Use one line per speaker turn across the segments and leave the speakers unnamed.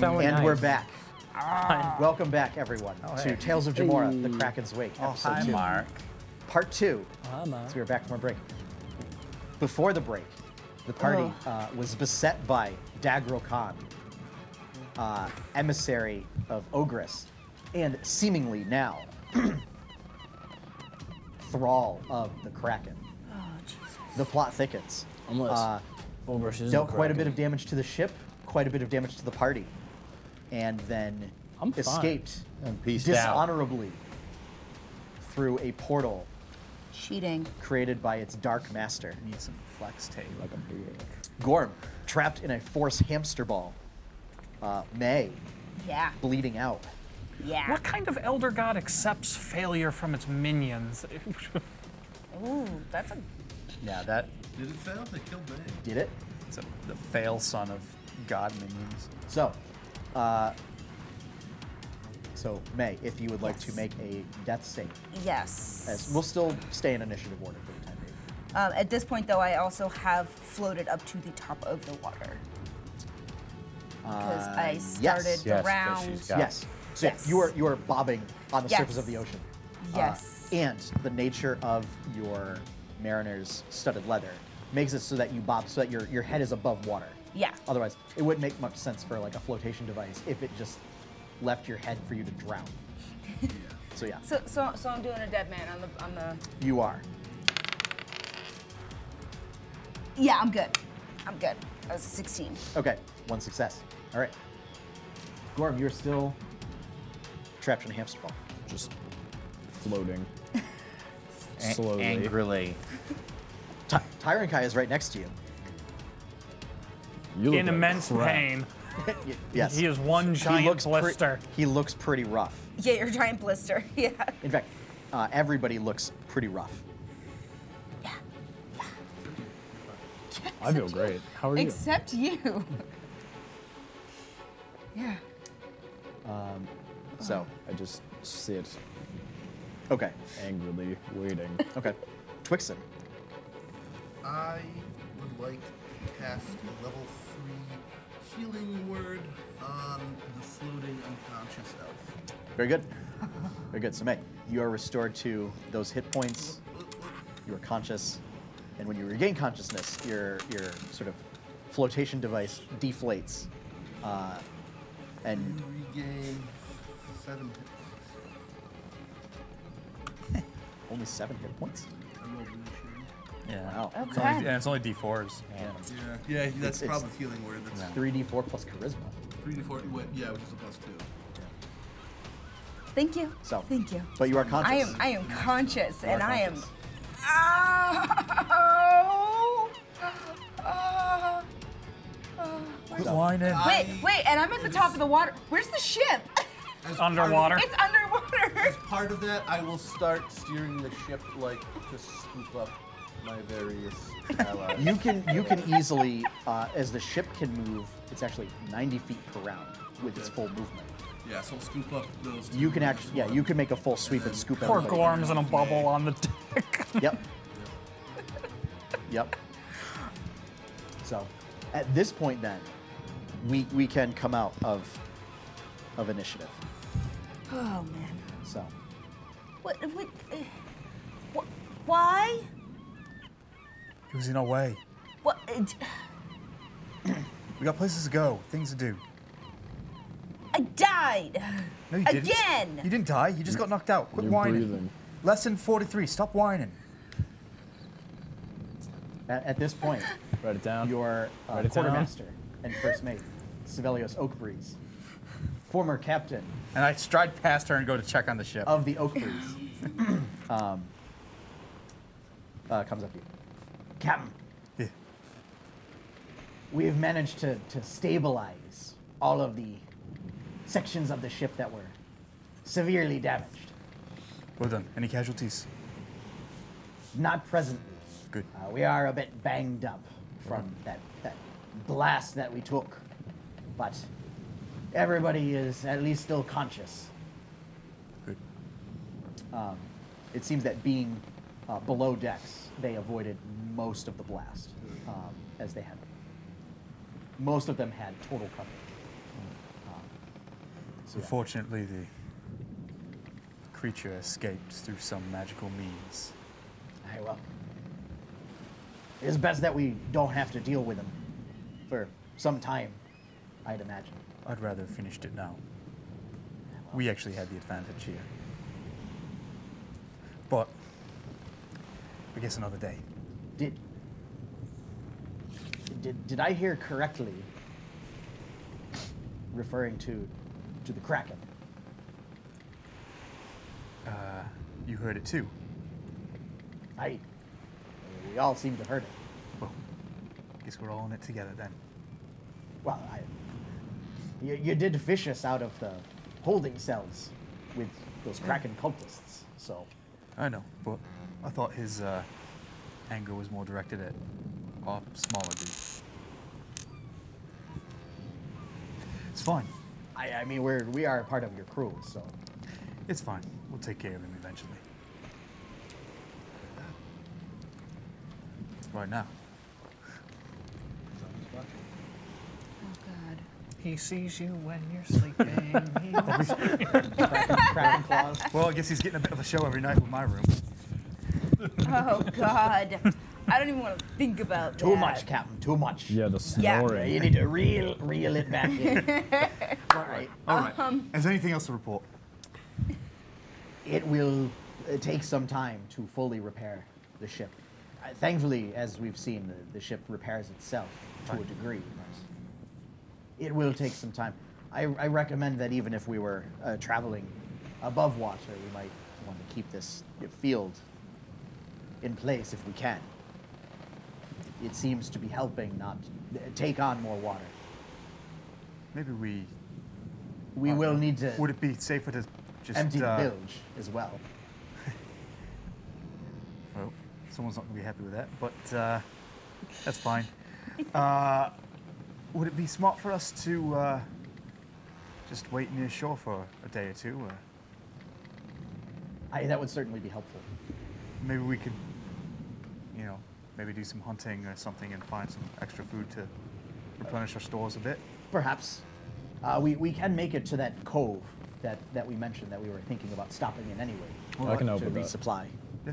so
And
nice.
we're back.
Ah. Oh,
Welcome back, everyone,
hey.
to Tales of Jamora, The Kraken's Wake,
Oh,
episode
hi,
two.
Mark.
Part two.
Hi, Mark.
So we were back from our break. Before the break, the party
Oh.
uh, was beset by Dagril Khan, uh, emissary of Ogris, and seemingly now thrall of the Kraken.
Oh, Jesus.
The plot thickens.
Unless
Uh,
Bulrush is
dealt quite a bit of damage to the ship, quite a bit of damage to the party, and then
I'm fine.
escaped
And peaced out.
dishonorably through a portal
Cheating.
created by its dark master.
Need some flex tape. Like a bitch.
Gorm, trapped in a force hamster ball. Uh, May,
Yeah.
bleeding out.
Yeah.
What kind of elder god accepts failure from its minions?
Ooh, that's a.
Yeah, that
Did it fail? They killed Bane.
Did it?
it's a, the fail son of god minions.
So, uh, so May, if you would like to
Yes.
make a death save,
Yes.
as we'll still stay in initiative order for the time being.
Um, at this point, though, I also have floated up to the top of the water. Because I
Uh, yes.
started
Yes,
the
'cause
round.
she's got- Yeah.
Yes. So yeah,
Yes.
you are you are bobbing on the
Yes.
surface of the ocean. Uh,
Yes.
and the nature of your mariner's studded leather makes it so that you bob so that your, your head is above water.
Yeah.
Otherwise, it wouldn't make much sense for like a flotation device if it just left your head for you to drown. so yeah,
So, so, so I'm doing a dead man on the on the.
you are.
Yeah, I'm good. I'm good. I was 16.
Okay, one success. All right. Gorm, you're still trapped in a hamster ball.
Just floating.
A-
Slowly.
Angrily.
Ty- Tyron Kai is right next to you.
You look
In
like
immense
crap.
pain.
Y- yes.
He is one giant
pre-
blister.
he looks pretty rough.
Yeah, your giant blister. Yeah.
In fact, uh, everybody looks pretty rough.
I feel great. How are you?
Except you. yeah.
So,
I just sit
okay,
angrily waiting.
okay. Twixen,
I would like to cast a level three healing word on the floating unconscious elf.
very good, very good. So, May, you are restored to those hit points. You are conscious, and when you regain consciousness, your your sort of flotation device deflates, uh, and
You regain seven hit points.
only seven hit points.
I rolled initiative.
Yeah.
Wow.
It's only,
Okay.
and it's only D4s. Yeah.
Yeah, yeah, that's
It's- it's-
probably healing word. That's
Three D four plus charisma.
three to four. What, yeah, which is a plus two.
Thank you.
So,
Thank you.
But you are conscious.
I am I am conscious and I am
conscious.
Oh, oh, oh.
Quit whining.
Wait, wait, and I'm at the top of the water. Where's the ship?
As
Underwater.
it's underwater.
Part of, as part of that, I will start steering the ship like to scoop up my various allies.
You can you can easily, uh, as the ship can move, it's actually 90 feet per round with its full movement.
yeah, so I'll scoop up those. two
You can
ones.
actually, yeah, you can make a full sweep and scoop
Poor
everybody.
Gorm's in a bubble on the deck.
Yep. Yep. So, at this point, then, we we can come out of of initiative.
Oh man.
So,
What what uh, what why?
He was in our way.
What uh, d-
We got places to go, things to do.
I died.
No, you didn't.
Again.
You didn't die. You just got knocked out. Quit
You're
whining.
breathing.
Lesson 43. Stop whining.
at, at this point,
Write it down.
your uh,
Write it down.
quartermaster and first mate, Sevelios Oakbreeze, former captain
And I stride past her and go to check on the ship.
Oh.
of the Oakbreeze, um, uh, comes up to you. Captain,
Yeah.
we've managed to, to stabilize all of the sections of the ship that were severely damaged.
Well done. Any casualties?
Not presently.
Good.
Uh, we are a bit banged up from that, that blast that we took, but everybody is at least still conscious.
Good.
It seems that being uh, below decks, they avoided most of the blast, um, as they had. Most of them had total cover. Um, So yeah.
Unfortunately, the creature escaped through some magical means.
Alright, well. It's best that we don't have to deal with him for some time, I'd imagine.
I'd rather have finished it now. We actually had the advantage here. But I guess another day.
Did did, did I hear correctly referring to to the Kraken?
You heard it too.
I we all seem to heard it.
Well, guess we're all in it together then.
Well, I, you, you did fish us out of the holding cells with those Kraken cultists, so
I know, but I thought his uh, anger was more directed at our smaller group. It's fine.
I, I mean we're we are a part of your crew, so
It's fine. We'll take care of him eventually. Right now.
He's on his watch.
He sees you when you're sleeping. He knows-
Kraken, Kraken claws.
Well, I guess he's getting a bit of a show every night with my room.
Oh God, I don't even want to think about
Too
that.
much, Captain. Too much.
Yeah, the
Yeah.
Yeah,
snoring.
You need to reel reel it back in. All right.
All right. Is there anything else to report?
It will uh, take some time to fully repair the ship. Uh, thankfully, as we've seen, the, the ship repairs itself to a degree. It will take some time. I, I recommend that even if we were uh, traveling above water, we might want to keep this field in place if we can. It seems to be helping not uh, take on more water.
Maybe we.
We will need to
Would it be safer to just.
empty the
uh,
bilge as well.
Well, someone's not going to be happy with that, but uh, that's fine. uh, would it be smart for us to uh, just wait near shore for a day or two? Or
I, that would certainly be helpful.
maybe we could, you know, maybe do some hunting or something and find some extra food to replenish our stores a bit.
Mm-hmm. Perhaps. Uh, we, we can make it to that cove that, that we mentioned that we were thinking about stopping in anyway.
Oh, I can help
to
with that.
resupply.
Yeah.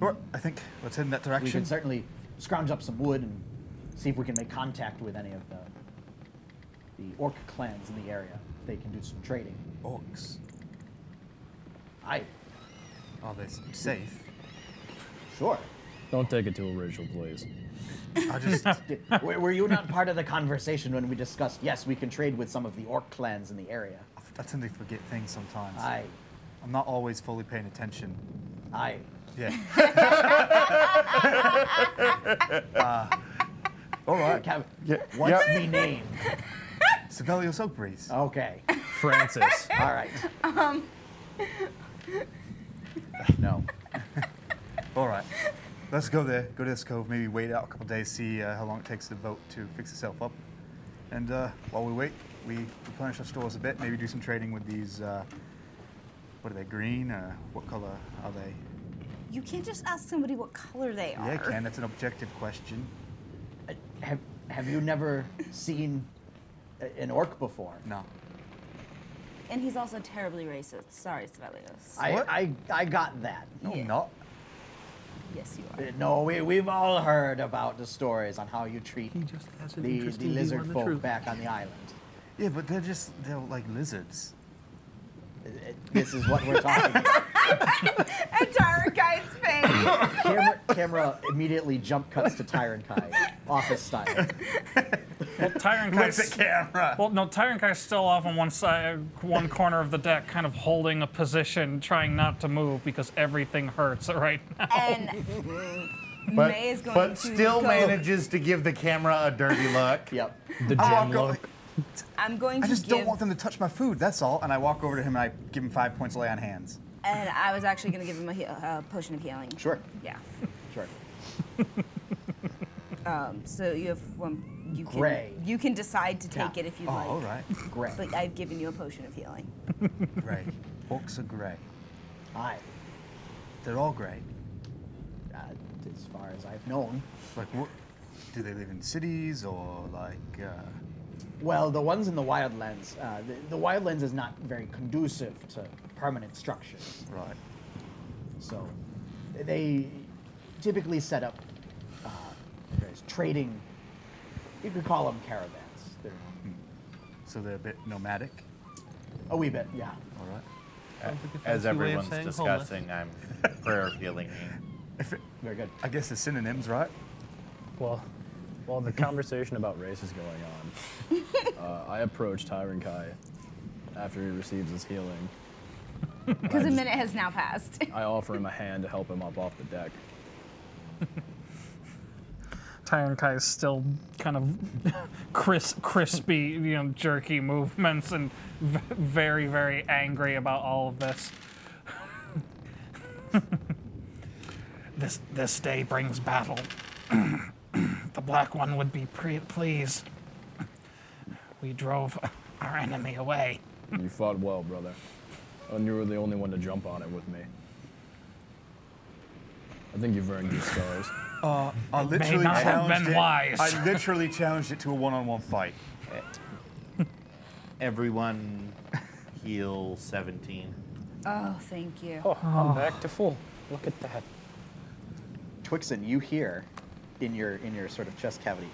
All right, I think let's head in that
We
direction.
can certainly scrounge up some wood and see if we can make contact with any of the the orc clans in the area. If they can do some trading.
Orcs.
I
Are they s- safe?
sure.
Don't take it to a racial place.
I just.
Did, were, were you not part of the conversation when we discussed? Yes, we can trade with some of the orc clans in the area.
I tend to forget things sometimes.
I,
I'm not always fully paying attention.
I.
Yeah. Uh, all right. Uh,
Cap-
Yeah,
What's
yeah.
me name?
Sibelius Oakbreeze.
Uh,
Okay.
Francis.
All right. Um. No.
All right. Let's go there. Go to this cove. Maybe wait out a couple days. See uh, how long it takes the boat to fix itself up. And uh, while we wait, we replenish our stores a bit. Maybe do some trading with these. Uh, what are they? Green? Uh, what color are they?
You can't just ask somebody what color they are.
Yeah, Ken. That's an objective question.
Uh, Have, have you never seen a- an orc before?
No.
And he's also terribly racist. Sorry, Svelios.
I,
What?
I, I got that.
No,
Yeah.
not.
yes, you
Uh,
are.
No, we, we've all heard about the stories on how you treat
He just has an
the, the
interesting view
lizard
on the
folk
truth.
back on the island.
Yeah, but they're just they're like lizards.
Uh, uh, This is what we're talking about.
And Tarakai's face.
Camera, camera immediately jump cuts to Tyron Kai, office style.
well, Tyron
Look at
Kai's
the camera.
well, no, Tyron Kai's still off on one side, one corner of the deck, kind of holding a position, trying not to move because everything hurts right now.
and
But,
May is going
but
to
still
go-
manages to give the camera a dirty look.
Yep.
The
I walk
gym
o-
look.
I'm going to
I just
give,
don't want them to touch my food. That's all. And I walk over to him and I give him five points lay on hands.
And I was actually going to give him a, heal, a potion of healing.
Sure,
Yeah.
sure.
Um, so you have one. You can,
Gray.
You can decide to take
Yeah.
it if you
Oh,
like.
all right.
Great.
But I've given you a potion of healing.
Gray. Orcs are gray.
I,
They're all gray.
uh, as far as I've known,
Like, what? Do they live in cities or like? Uh,
Well, the ones in the wildlands, uh, the, the wildlands is not very conducive to permanent structures.
Right.
So they typically set up uh, various trading, you could call them caravans. They're
So they're a bit nomadic.
a wee bit, oh, yeah.
All right.
As
fancy way of
everyone's
saying
discussing, I'm prayer healing you.
If it,
Very good.
I guess the synonyms, right?
Well, while the conversation about race is going on, uh, I approach Tyron Kai after he receives his healing.
Because a minute has now passed.
I offer him a hand to help him up off the deck.
Tyron Kai is still kind of crisp, crispy, you know, jerky movements and v- very, very angry about all of this. this this day brings battle. the black one would be pre- pleased. We drove our enemy away.
You fought well, brother. Oh, And you were the only one to jump on it with me. I think you've earned your stars.
Uh, I literally
not have
challenged
been
it.
wise.
I literally challenged it to a one-on-one fight.
Everyone heal 17.
Oh, thank you.
Oh, I'm back to full. Look at that.
Twixen, you hear in your in your sort of chest cavity.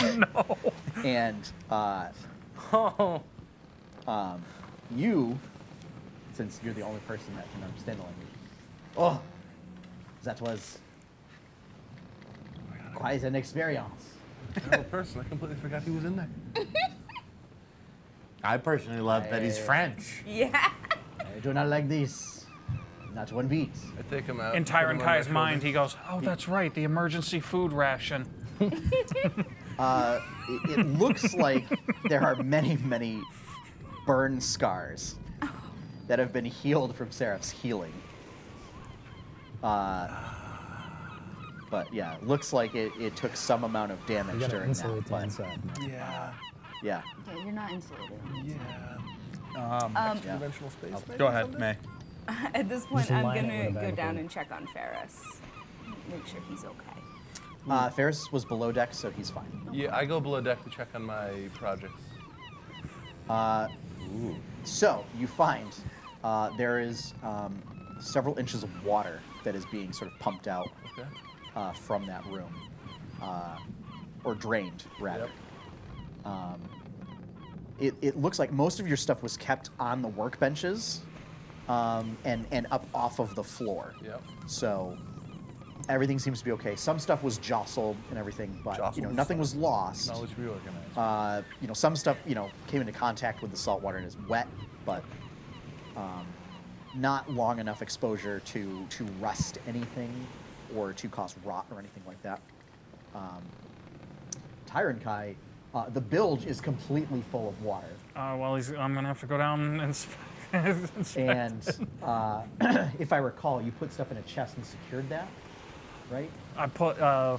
no. And uh,
Oh,
um, you, since you're the only person that can understand the language, oh, that was quite an experience.
Oh, person, I completely forgot he was in there.
I personally love that he's
I-
French.
Yeah.
I do not like this. Not one beat.
I take him
Uh,
out.
In
put him on
Tyron
my
Kai's
shoulder.
mind, he goes, "Oh, that's right, the emergency food ration."
Uh, it, it looks like there are many, many burn scars that have been healed from Seraph's healing. Uh, but yeah, looks like it, it took some amount of damage during that. But
Yeah.
yeah,
Yeah, you're not insulated.
Yeah.
Um,
yeah.
Dimensional space. maybe,
Go
or
ahead,
something?
May.
at this point,
Just
I'm
line it
gonna
with a
go
bag
down
of-
and check on Ferris, make sure he's okay.
Uh, Ferris was below deck, so he's fine.
Yeah, I go below deck to check on my projects.
So you find uh, there is um, several inches of water that is being sort of pumped out
Okay.
uh, from that room, uh, or drained rather. Um, it, it looks like most of your stuff was kept on the workbenches um, and, and up off of the floor.
Yep.
So everything seems to be okay. Some stuff was jostled and everything, but you
Jostled
know
is
nothing
fine.
was lost.
Knowledge reorganized.
Uh, you know, some stuff you know came into contact with the salt water and is wet, but um, not long enough exposure to to rust anything or to cause rot or anything like that. Um, Tyron Kai, uh, the bilge is completely full of water,
Uh, well, he's, I'm gonna have to go down and. Sp-
and uh, if I recall, you put stuff in a chest and secured that, right?
I put, uh,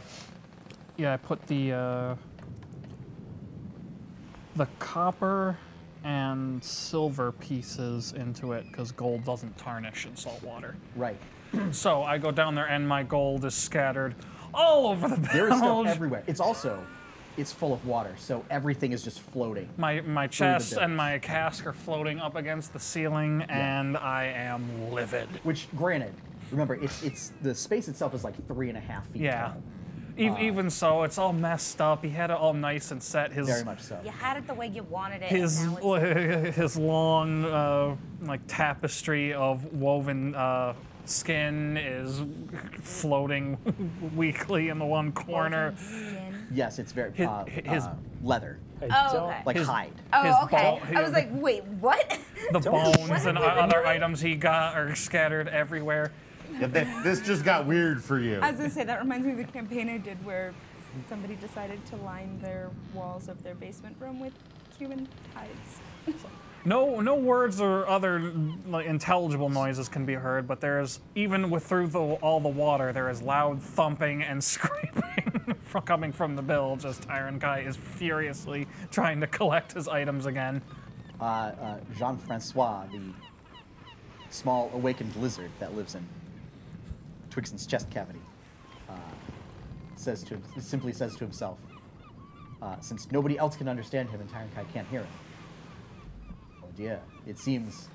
yeah, I put the uh, the copper and silver pieces into it because gold doesn't tarnish in salt water.
Right.
So I go down there and my gold is scattered all over the
There is stuff
bilge.
everywhere. It's also, it's full of water, so everything is just floating.
my my chest
bilge.
and my cask are floating up against the ceiling, and I am livid.
Which, granted, remember it's it's the space itself is like three and a half feet
Yeah.
tall.
E- even so, it's all messed up. He had it all nice and set. His
Very much so.
You had it the way you wanted it. and
his
now it's-
his long uh, like tapestry of woven uh, skin is floating weakly in the one corner.
Skin.
Yes, it's very
His-
uh,
his-
uh, leather,
Oh, okay.
like hide.
his
oh, okay.
ball-
I was like, wait, what?
The bones and
What have we been
other
doing?
items he got are scattered everywhere.
Yeah, th- this just got weird for you.
I was gonna say that reminds me of the campaign I did where somebody decided to line their walls of their basement room with human hides.
No, no words or other like, intelligible noises can be heard, but there's even with through the, all the water, there is loud thumping and screaming from, coming from the bilge as Tyron Guy is furiously trying to collect his items again.
Uh, uh, Jean Francois, the small awakened lizard that lives in Twixen's chest cavity, uh, says to him, simply says to himself, Uh, since nobody else can understand him and Tyron Kai can't hear him. Oh dear. It seems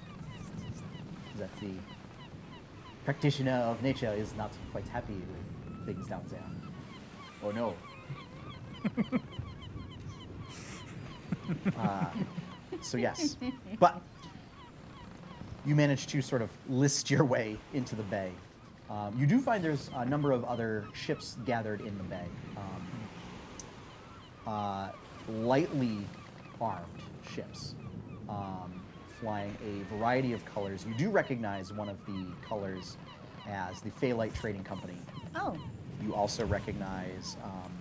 that the practitioner of nature is not quite happy with things down there. Oh no. uh, so yes, but you manage to sort of list your way into the bay. Um, you do find there's a number of other ships gathered in the bay, um, uh, lightly armed ships, um, flying a variety of colors. You do recognize one of the colors as the Phalite Trading Company.
Oh,
You also recognize um,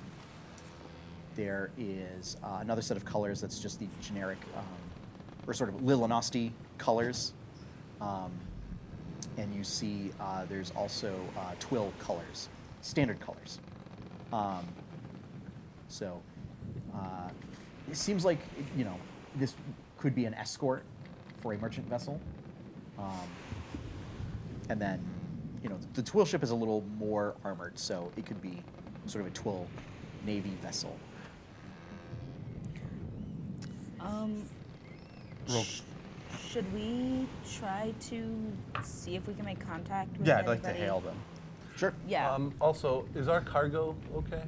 there is uh, another set of colors that's just the generic, um, or sort of Lilinosti colors. Um, and you see uh, there's also uh, twill colors, standard colors. Um, so uh, it seems like, you know, this could be an escort for a merchant vessel. Um, and then, you know, the twill ship is a little more armored, so it could be sort of a twill navy vessel.
um, sh- should we try to see if we can make contact with
Yeah, I'd like to
anybody?
hail them.
Sure.
Yeah.
Um, also, is our cargo okay?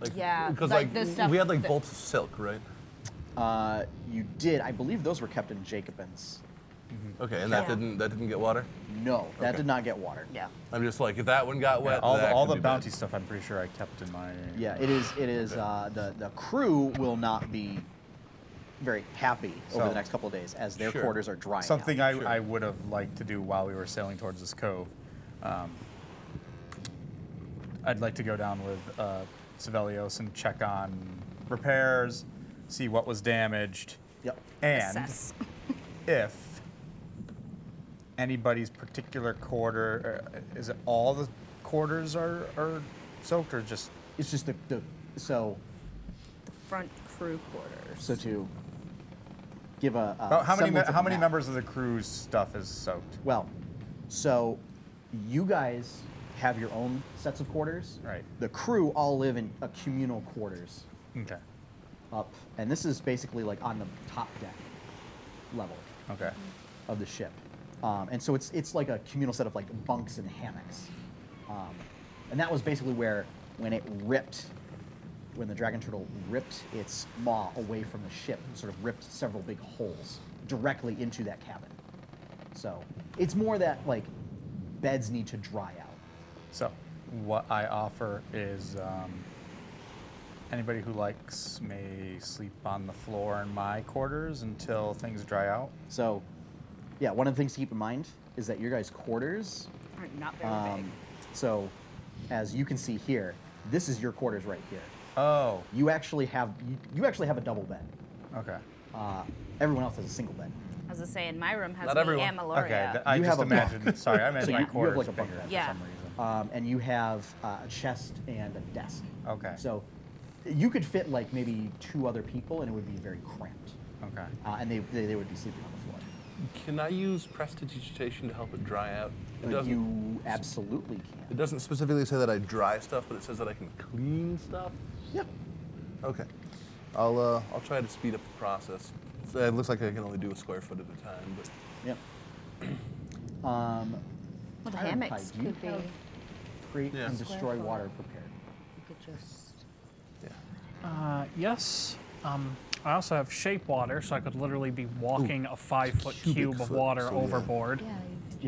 Like,
Yeah,
Because
like
like,
the stuff
we had like
that-
bolts of silk, right?
Uh, you did. I believe those were kept in Jacobins.
Okay, and that
Yeah.
didn't that didn't get water.
No, that
Okay.
did not get water.
yeah.
I'm just like, if that one got wet,
all the,
that
all
could
the
be bad.
bounty stuff, I'm pretty sure I kept in my.
Yeah, it is. It is. Uh, the the crew will not be very happy over
So-
the next couple of days as their
Sure.
quarters are drying. out.
Something I, I would have liked to do while we were sailing towards this cove. Um, I'd like to go down with uh, Sevelios and check on repairs, see what was damaged,
Yep.
and
Assess.
if anybody's particular quarter uh, is it all the quarters are, are soaked or just
It's just the, the so
Front crew quarters.
so to give a. a
how, how many me-
semblance Uh, of
how
a
many
map.
members of the crew's stuff is soaked?
Well, so you guys have your own sets of quarters.
Right.
The crew all live in a communal quarters.
Okay.
up, and this is basically like on the top deck level
Okay.
of the ship, um, and so it's it's like a communal set of like bunks and hammocks, um, and that was basically where when it ripped, when the dragon turtle ripped its maw away from the ship, it sort of ripped several big holes directly into that cabin. So it's more that like beds need to dry out.
So, what I offer is um, anybody who likes may sleep on the floor in my quarters until things dry out.
So, yeah, one of the things to keep in mind is that your guys' quarters
All right, not very
Um, so, as you can see here, this is your quarters right here.
Oh,
You actually have you, you actually have a double bed.
okay.
Uh, everyone else has a single bed.
big. As I say, in my room has
Not
me
everyone.
and Meloria.
Okay, th- I
You
just
have a bunk.
imagined. Sorry, I meant
So
my
you- you have
quarters
like a bunk
bigger
bed.
for
Yeah.
some reason.
Um, and you have uh, a chest and a desk.
Okay.
So, you could fit like maybe two other people, and it would be very cramped.
Okay.
Uh, and they, they they would be sleeping on the floor.
Can I use prestidigitation to help it dry out? It
But
doesn't.
you absolutely
It
can.
doesn't specifically say that I dry stuff, but it says that I can clean stuff.
Yeah.
Okay. I'll uh, I'll try to speed up the process. So it looks like I can only do a square foot at a time, but
Yeah. Um,
Well, the
Iron
hammocks
Pie, do you
could be.
have create
Yeah.
and
Square
destroy
foot.
water prepared.
You could just.
yeah.
Uh, yes. Um, I also have shape water, so I could literally be walking a five foot
cubic
cube of
foot,
water
so yeah.
overboard.
Yeah. You could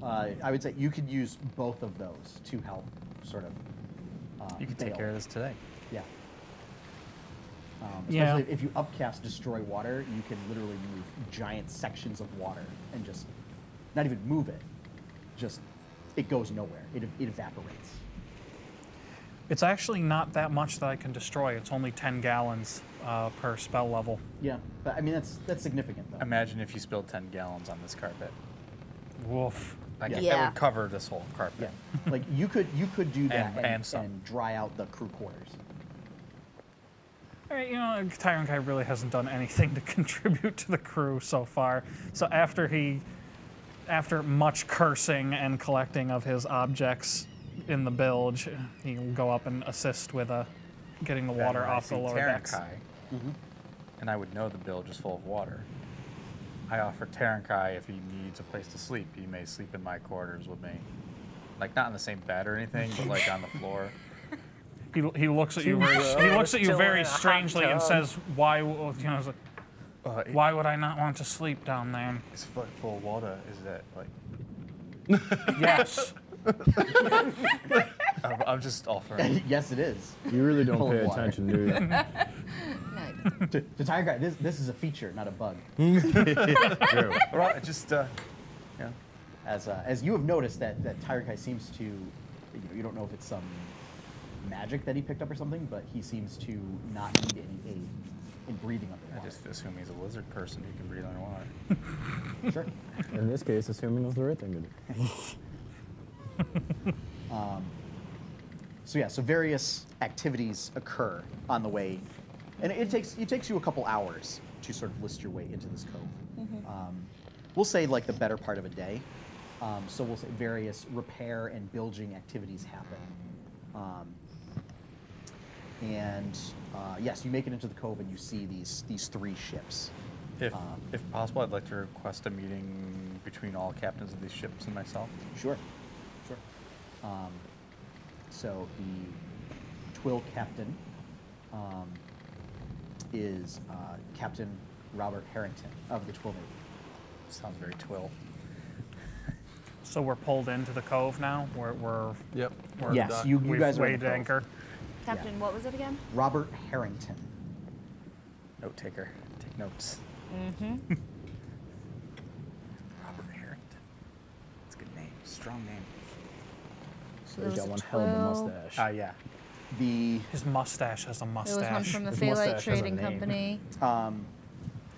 Yeah, uh, I would say you could use both of those to help sort of. Uh,
You can take
bail.
care of this today.
Yeah. Um, especially
Yeah.
if you upcast destroy water, you can literally move giant sections of water and just not even move it. Just it goes nowhere. It, ev- it evaporates.
It's actually not that much that I can destroy. It's only 10 gallons uh, per spell level.
Yeah, but I mean that's that's significant though.
Imagine if you spilled 10 gallons on this carpet.
Woof.
Like,
Yeah.
That
Yeah.
would cover this whole
yeah,
carpet.
like you could you could do that
And- and some.
and dry out the crew quarters.
All right, you know, Tyrant Kai really hasn't done anything to contribute to the crew so far. So after he, after much cursing and collecting of his objects in the bilge, he'll go up and assist with a getting the
Then
water
when I
off the
see
lower
Terran
decks.
Kai, And I would know the bill just full of water. I offer Tarankai if he needs a place to sleep, he may sleep in my quarters with me. Like not in the same bed or anything, but like on the floor.
He, he looks at you very he looks at you very strangely and says, "Why w- you know?" it's like,
Uh,
Why would I not want to sleep down there?
It's full, full of water. Is that like?
Yes.
I'm, I'm just offering.
yes, it is.
You really don't
Full of
pay
water.
attention, do you?
to, to Tiger Guy, this, this is a feature, not a bug.
True. All right, just uh,
yeah. As uh, as you have noticed that that Tiger Guy seems to, you know, you don't know if it's some magic that he picked up or something, but he seems to not need any aid in breathing
I
underwater.
just assume he's a lizard person who can breathe underwater.
Sure.
In this case, assuming it was the right thing to do.
Um, so yeah, so various activities occur on the way, and it takes it takes you a couple hours to sort of list your way into this cove.
Mhm.
Um, we'll say like the better part of a day. Um, so we'll say various repair and bilging activities happen. Um, and uh, yes, you make it into the cove and you see these these three ships.
If
Um,
if possible, I'd like to request a meeting between all captains of these ships and myself.
Sure. Sure. Um, so the twill captain um, is uh, Captain Robert Harrington of the Twill Navy.
Sounds very twill.
So we're pulled into the cove now. We're we're
Yep.
We're
Yes,
done.
you- you
We've
guys are in
weighed
the cove.
anchor.
Captain, what was it again?
Robert Harrington.
Note taker. Take notes.
Mm-hmm.
Robert Harrington. It's a good name. Strong name.
So
He's got one hell of a mustache.
Ah, yeah.
The
His mustache has a mustache.
There was one from the
His
Phalite
mustache has a
Trading
name.
Company.
um,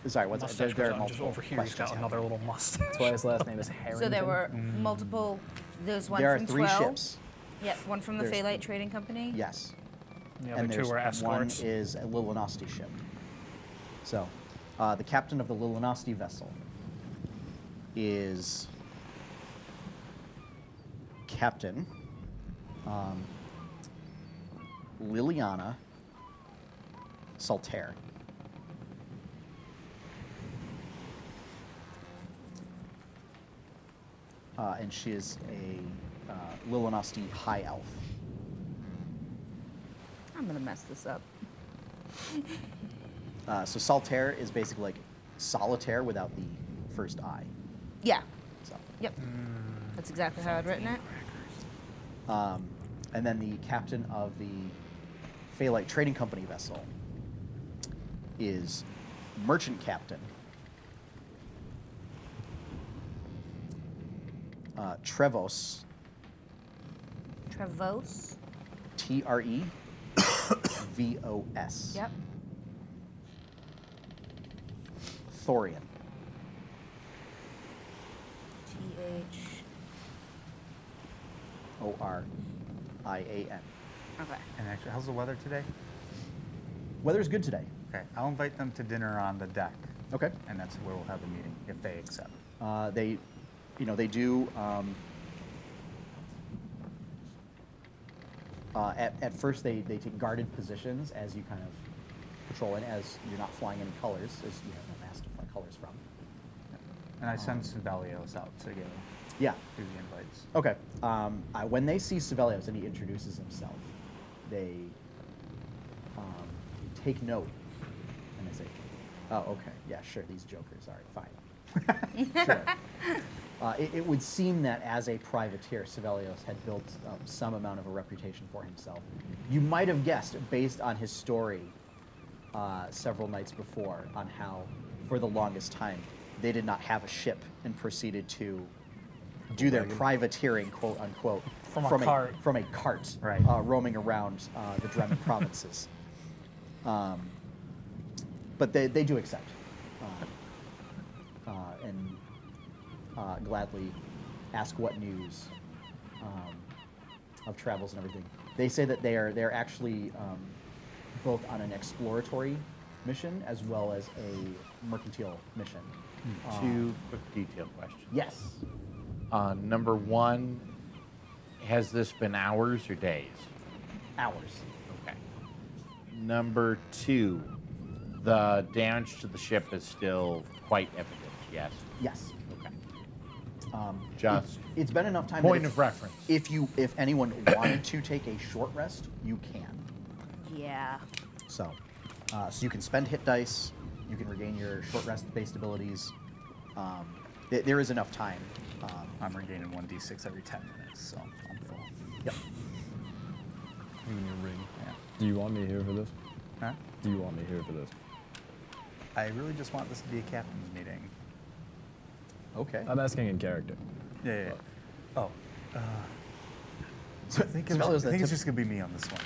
sorry, what's
mustache
that? There,
goes
there are
on just
multiple
over here. He's got
questions
another little mustache.
That's why his last name is Harrington.
So there were
Mm.
multiple. There's one
there are
from
three
12.
ships.
Yep, one from the
There's-
Phalite Trading Company.
Yes.
The
and
other two
there's-
were escorts.
One is a Lilinosti ship. So, uh, the captain of the Lilinosti vessel is Captain um, Liliana Saltaire. Uh, and she is a uh, Lilinosti high elf.
I'm gonna mess this up.
Uh, so solitaire is basically like solitaire without the first I.
Yeah.
So,
Yep.
Mm.
That's exactly how I'd written it.
um, and then the captain of the Phalite Trading Company vessel is merchant captain uh, Trevos,
Travos.
T R E V O S.
Yep.
Thorian.
T H.
O R I A N.
Okay.
and actually, how's the weather today?
Weather's good today.
Okay. I'll invite them to dinner on the deck,
Okay.
and that's where we'll have a meeting if they accept.
Uh, they, you know, they do. Um, uh, at, at first, they, they take guarded positions as you kind of patrol, and as you're not flying any colors, as you have no mask to fly colors from.
And I send some Valios out to go
Yeah.
do the invites.
Okay. Um, I, when they see Sevelios and he introduces himself, they um, take note and they say, "Oh, okay, yeah, sure. These jokers. All right, fine." sure. Uh, it, it would seem that as a privateer, Sevelios had built up some amount of a reputation for himself. You might have guessed based on his story uh, several nights before on how, for the longest time, they did not have a ship and proceeded to do their privateering, quote unquote,
From a cart.
from a cart,
Right.
uh, roaming around uh, the Dremen provinces. Um, but they, they do accept, uh, uh, and uh, gladly ask what news um, of travels and everything. They say that they are they're actually um, both on an exploratory mission as well as a mercantile mission.
Hmm.
Uh,
Two quick detail questions.
yes,
Uh, number one, has this been hours or days?
hours.
Okay. Number two, the damage to the ship is still quite evident, yes?
Yes.
Okay.
Um,
Just
it, has been enough time.
point
that
of reference.
If you, if anyone wanted to take a short rest, you can.
Yeah.
So, uh, so you can spend hit dice. You can regain your short rest based abilities. Um, th- there is enough time. Um,
I'm regaining 1d6 every 10 minutes, so I'm full.
Yep.
Even your ring. Do you want me here for this? Huh? Do you want me here for this?
I really just want this to be a captain's meeting.
Okay.
I'm asking in character.
Yeah, yeah. yeah. Oh. Uh,
So-
I think,
so
I'm
that was
just, I
the
think it's
tip-
just going to be me on this one.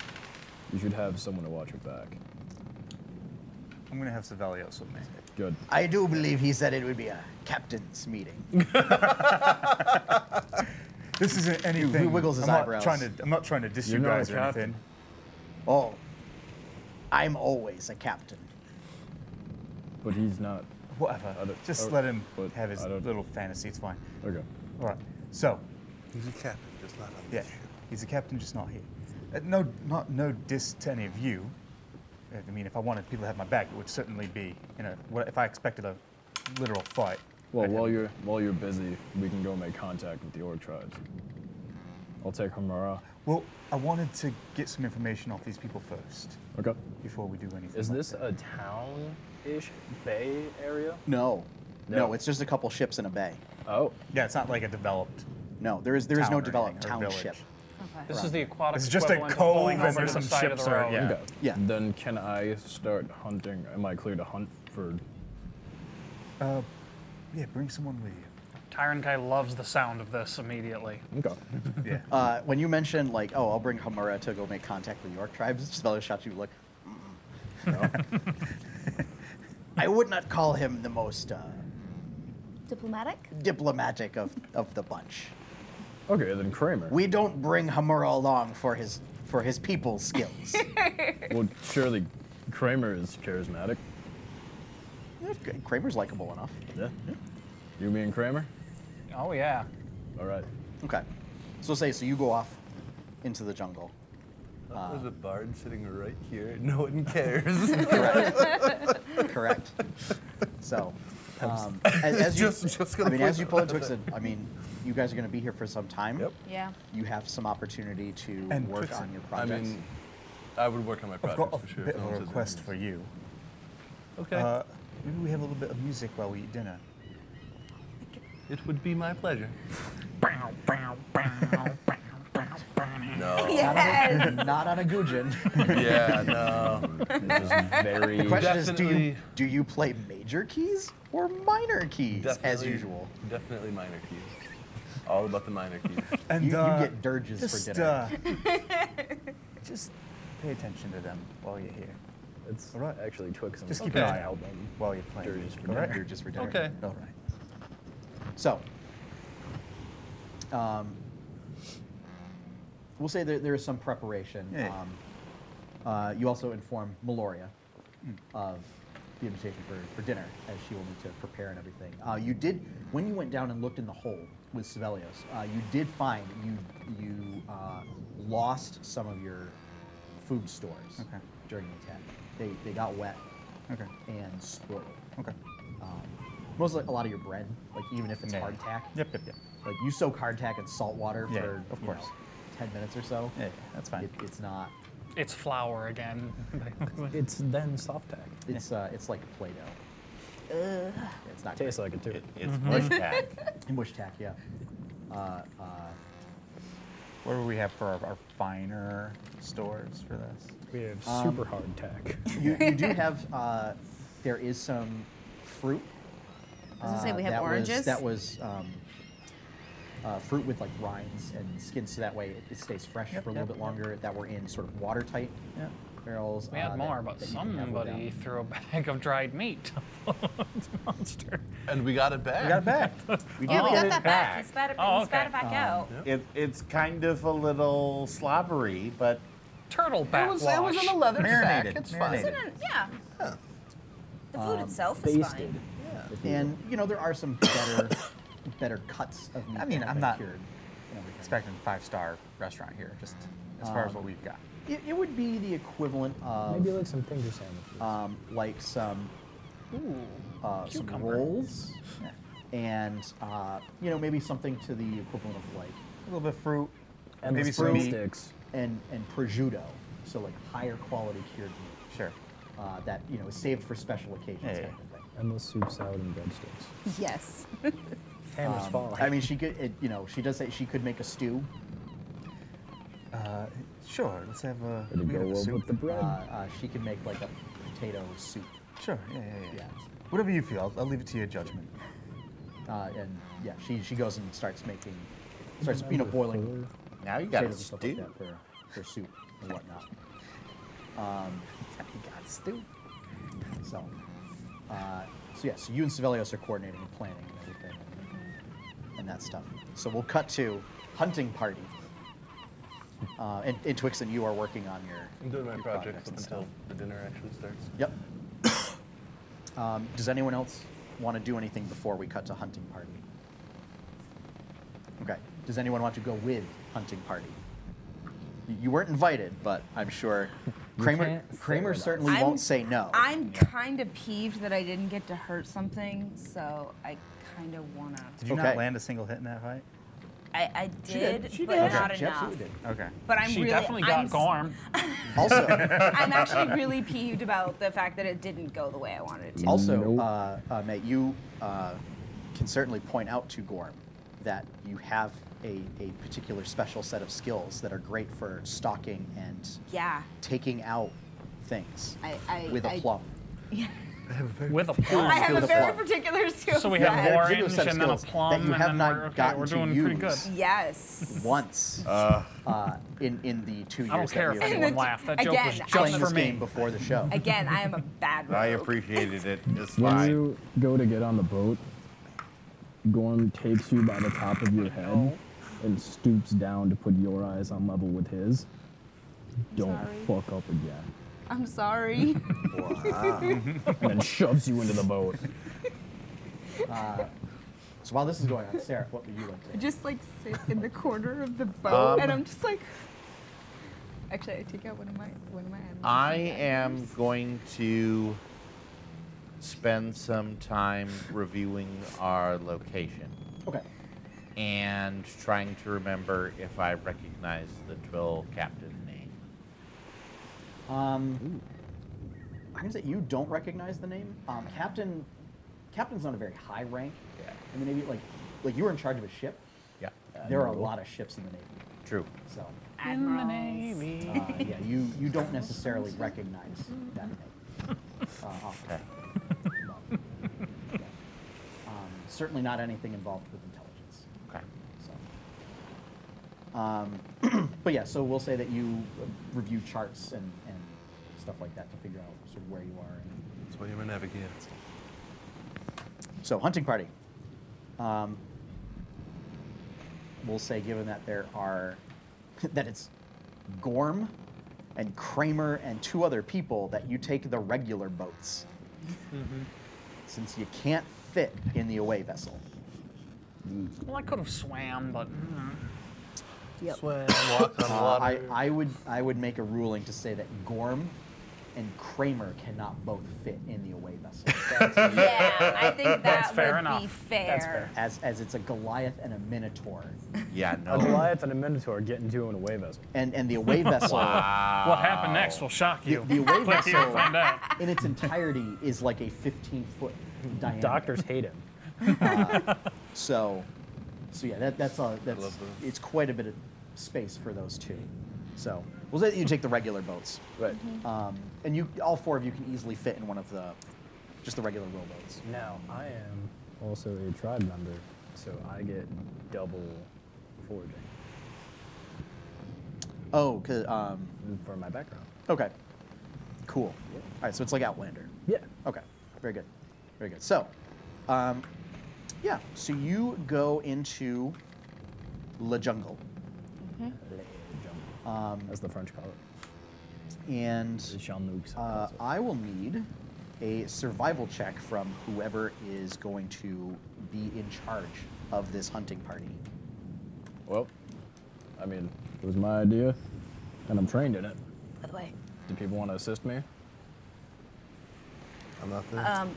You should have someone to watch your back.
I'm going to have Savelios with me.
Good.
I do believe he said it would be a captain's meeting.
This isn't anything.
wiggles his
I'm not
eyebrows.
Trying to, I'm not trying to diss you
You're not
guys
a
or
captain.
anything.
Oh, I'm always a captain.
But he's not.
Whatever.
I don't-
Just
oh,
let him
but
have his
I don't-
little fantasy. It's fine.
Okay.
All right. So,
He's a captain, just not on
yeah, he's a captain, just not here. Uh, no, not no diss to any of you. Uh, I mean, if I wanted people to have my back, it would certainly be, you know, what, if I expected a literal fight.
Well, while you're while you're busy, we can go make contact with the orc tribes. I'll take Hamura.
Well, I wanted to get some information off these people first.
Okay.
Before we do anything.
Is
like
this a town-ish bay area?
No. No,
No.
it's just a couple ships in a bay.
Oh.
Yeah, it's not like a developed.
No, there is there is
town
no
or
developed
anything, or
township.
village.
Okay.
This
This
is
is the aquatic
It's just a equivalent of cove pulling and over there's to the some side of ships the are- road. yeah.
Okay.
Yeah.
Then can I start hunting? Am I clear to hunt for?
Uh, yeah, bring someone with you.
Tyron Kai loves the sound of this immediately.
Okay.
Yeah.
Uh, when you mentioned like, oh, I'll bring Hamura to go make contact with York tribes, Spello shot you look. "Mm." No. I would not call him the most uh,
Diplomatic?
diplomatic of, of the bunch.
Okay, then Kramer.
We don't bring Hamura along for his for his people's skills.
well, surely Kramer is charismatic.
Kramer's likable enough.
Yeah. You, me, and Kramer.
Oh yeah.
All right.
Okay, so say so you go off into the jungle.
There's a bard sitting right here. No one cares.
Correct. So,
I'm s-
um, as, as you,
Just- just gonna
I mean,
point
as you
that
pull
out
into
there.
Twixen, I mean, you guys are going to be here for some time. Yep.
Yeah.
You have some opportunity to
And
work
Twixen.
on your
I
projects.
mean, I would work on my
I've
projects
got a
for sure.
bit
if
of
no one
a
says
request
anything.
for you.
Okay.
Uh, maybe we have a little bit of music while we eat dinner.
it would be my pleasure. No.
Yes.
Not on a Gujin.
yeah, no.
It's just very.
The question is, do you
Definitely.
do you play major keys or minor keys as
Definitely-
usual?
Definitely minor keys. All about the minor keys.
And
You- you
uh,
get dirges for
just,
dinner.
uh, just pay attention to them while you're here.
It's
All right.
actually Twix and
Just
Lime
keep an
Okay.
eye out while you're playing.
Dirges for
all right?
Dirges for dinner.
Okay.
All right.
So, um, we'll say that there is some preparation.
Yeah.
Um, uh, you also inform Meloria
Hmm.
of the invitation for, for dinner, as she will need to prepare and everything. Uh, you did, when you went down and looked in the hole with Sevelios, uh, you did find you you uh, lost some of your food stores
Okay.
during the attack. They, they got wet
Okay.
and spoiled.
Okay.
Um, most like a lot of your bread, like even if it's
Yeah.
hardtack.
Yep, yep, yep.
Like you soak hardtack in salt water
Yeah,
for
of
you
course.
know, ten minutes or so.
Yeah, yeah, that's fine.
It, it's not.
It's flour again.
It's then soft tag.
It's uh, it's like Play-Doh. It's not.
Tastes like it too.
It, it's
Mm-hmm.
mush pack.
great. mush tack. Yeah. Uh, uh,
Where would we have for our, our finer stores for this?
We have super hard tag.
you, you do have. Uh, there is some fruit.
I was gonna say,
uh,
we have
that was-
oranges?
that was um, uh, fruit with like rinds and skins, so that way it, it stays fresh
Yep,
for a
yep,
little bit
yep.
longer. That were in sort of watertight
Yeah.
barrels.
we
uh,
had
that-
more, but
that you can have without.
somebody threw a bag of dried meat to the monster.
And we got it back.
We got it back.
yeah, we
Oh,
get
got
it
that back.
back.
He spat it,
Oh,
he spat
okay.
it back out.
it, it's kind of a little slobbery, but
Turtle back
It was, it was in a leather sack.
Marinated,
It's
marinated.
fine.
Yeah. The
Um,
food itself is
Basted.
fine.
if you will.
And you know there are some better, better cuts of meat.
I mean,
that have
I'm
been
not
cured and everything.
expecting five star restaurant here, just as far as what we've got.
It, it would be the equivalent of
Maybe like some finger sandwiches.
um, like some
Ooh.
uh, some
Cucumber.
rolls, and uh, you know maybe something to the equivalent of like
A little bit of fruit.
and
maybe
maybe
some meat.
and and prosciutto, so like higher quality cured meat.
Sure.
Uh, that you know is saved for special occasions.
Yeah, yeah.
Type of thing.
Endless soup, salad, and breadsticks.
Yes.
Hammers
Um,
fall.
I mean, she could, it, you know, she does say she could make a stew.
Uh, sure. Let's have a.
It'd
we
go
have a
well
soup.
with the bread.
Uh, uh, she could make like a potato soup.
Sure. Yeah, yeah, yeah. Whatever you feel, I'll, I'll leave it to your judgment.
Uh, and yeah, she she goes and starts making, starts you know boiling.
Now you got a
potatoes and stuff like
stew.
that for for soup and whatnot. Um, you got stew. So, uh, so yeah, so you and Sevelios are coordinating and planning and everything and that stuff. So we'll cut to hunting party. Uh, and, and Twix and you are working on your.
I'm doing my
your projects
projects up
and
until
stuff.
the dinner actually starts.
Yep. um, does anyone else want to do anything before we cut to hunting party? Okay. Does anyone want to go with hunting party? Y- You weren't invited, but I'm sure Kramer
can't say
Kramer
with us.
certainly
I'm-
won't say no.
I'm kind of peeved that I didn't get to hurt something, so I kind of wanna.
Did you
Okay.
not land a single hit in that fight?
I, I
She
did,
did. She
but
did.
not
Okay. She
enough.
absolutely Okay.
But I'm
she
really.
definitely
I'm,
got Gorm.
Also,
I'm actually really peeved about the fact that it didn't go the way I wanted it to.
Also, uh, uh, Matt, you uh, can certainly point out to Gorm that you have a, a particular special set of skills that are great for stalking and
yeah,
taking out things
I. I
with
I-
a plum.
With a plum.
I have
With a
a very
plum.
particular skill
So we
set.
have
Particular
orange
set of
and then a
skills
plum,
that you
and
have
then
not
we're, okay,
gotten
we're
to
doing pretty good.
use.
Yes.
Once uh, in, in the two years
I don't care
that
if
we have
anyone
been
laughed. That joke was
Again,
just
playing
for
this game
me.
before the show.
Again, I am a bad
I
rogue.
appreciated it just
When
fine.
you go to get on the boat, Gorm takes you by the top of your head and stoops down to put your eyes on level with his. Don't fuck up again.
I'm sorry.
and then shoves you into the boat.
Uh, so while this is going on, Sarah, what were you like?
I just like sit in the corner of the boat, and
Um,
I'm just like. Actually, I take out one of my one of my animals.
I am going to spend some time reviewing our location
Okay.
and trying to remember if I recognize the drill captain's name.
Um, I'm gonna say you don't recognize the name. Um, Captain, Captain's not a very high rank.
Yeah.
And the Navy, like, like you were in charge of a ship.
Yeah.
There are a lot of ships in the Navy,
True.
so
Admirals.
uh, yeah, you you don't necessarily recognize that name. Uh, off the top of your head. No. Yeah. Um, certainly not anything involved with intelligence.
Okay.
So, um, but yeah, so we'll say that you uh, review charts and, and stuff like that to figure out sort of where you are. And
That's why you're a navigator.
so hunting party. Um, we'll say given that there are that it's Gorm and Kramer and two other people that you take the regular boats, since you can't fit in the away vessel.
Well, I could have swam, but mm,
Yep.
Swim, walk on
Uh,
water.
I, I would I would make a ruling to say that Gorm and Kramer cannot both fit in the away vessel,
Yeah, I think that
That's
would
fair
be
enough.
fair.
That's fair.
as as it's a Goliath and a Minotaur,
Yeah,
A
no.
Goliath and a Minotaur get into an away vessel.
and and the away vessel
Wow.
what happened next will shock you.
the away
Click here to
vessel-
find out.
in its entirety is like a 15 foot diameter.
Doctors hate him.
So, so yeah, that, that's a that's
love that.
it's quite a bit of space for those two. So we'll say that you take the regular boats,
Right.
um, and you all four of you can easily fit in one of the just the regular row boats.
Now, I am also a tribe member, so I get double foraging
Oh, 'cause, um,
for my background.
okay, cool. All right, so it's like Outlander.
Yeah.
Okay, very good, very good. So, um, yeah, so you go into La Jungle,
Um, As the French call it.
and
The Chalmooks.
Uh, I will need a survival check from whoever is going to be in charge of this hunting party.
Well, I mean, it was my idea, and I'm trained in it.
that way.
Do people want to assist me?
I'm not
Um,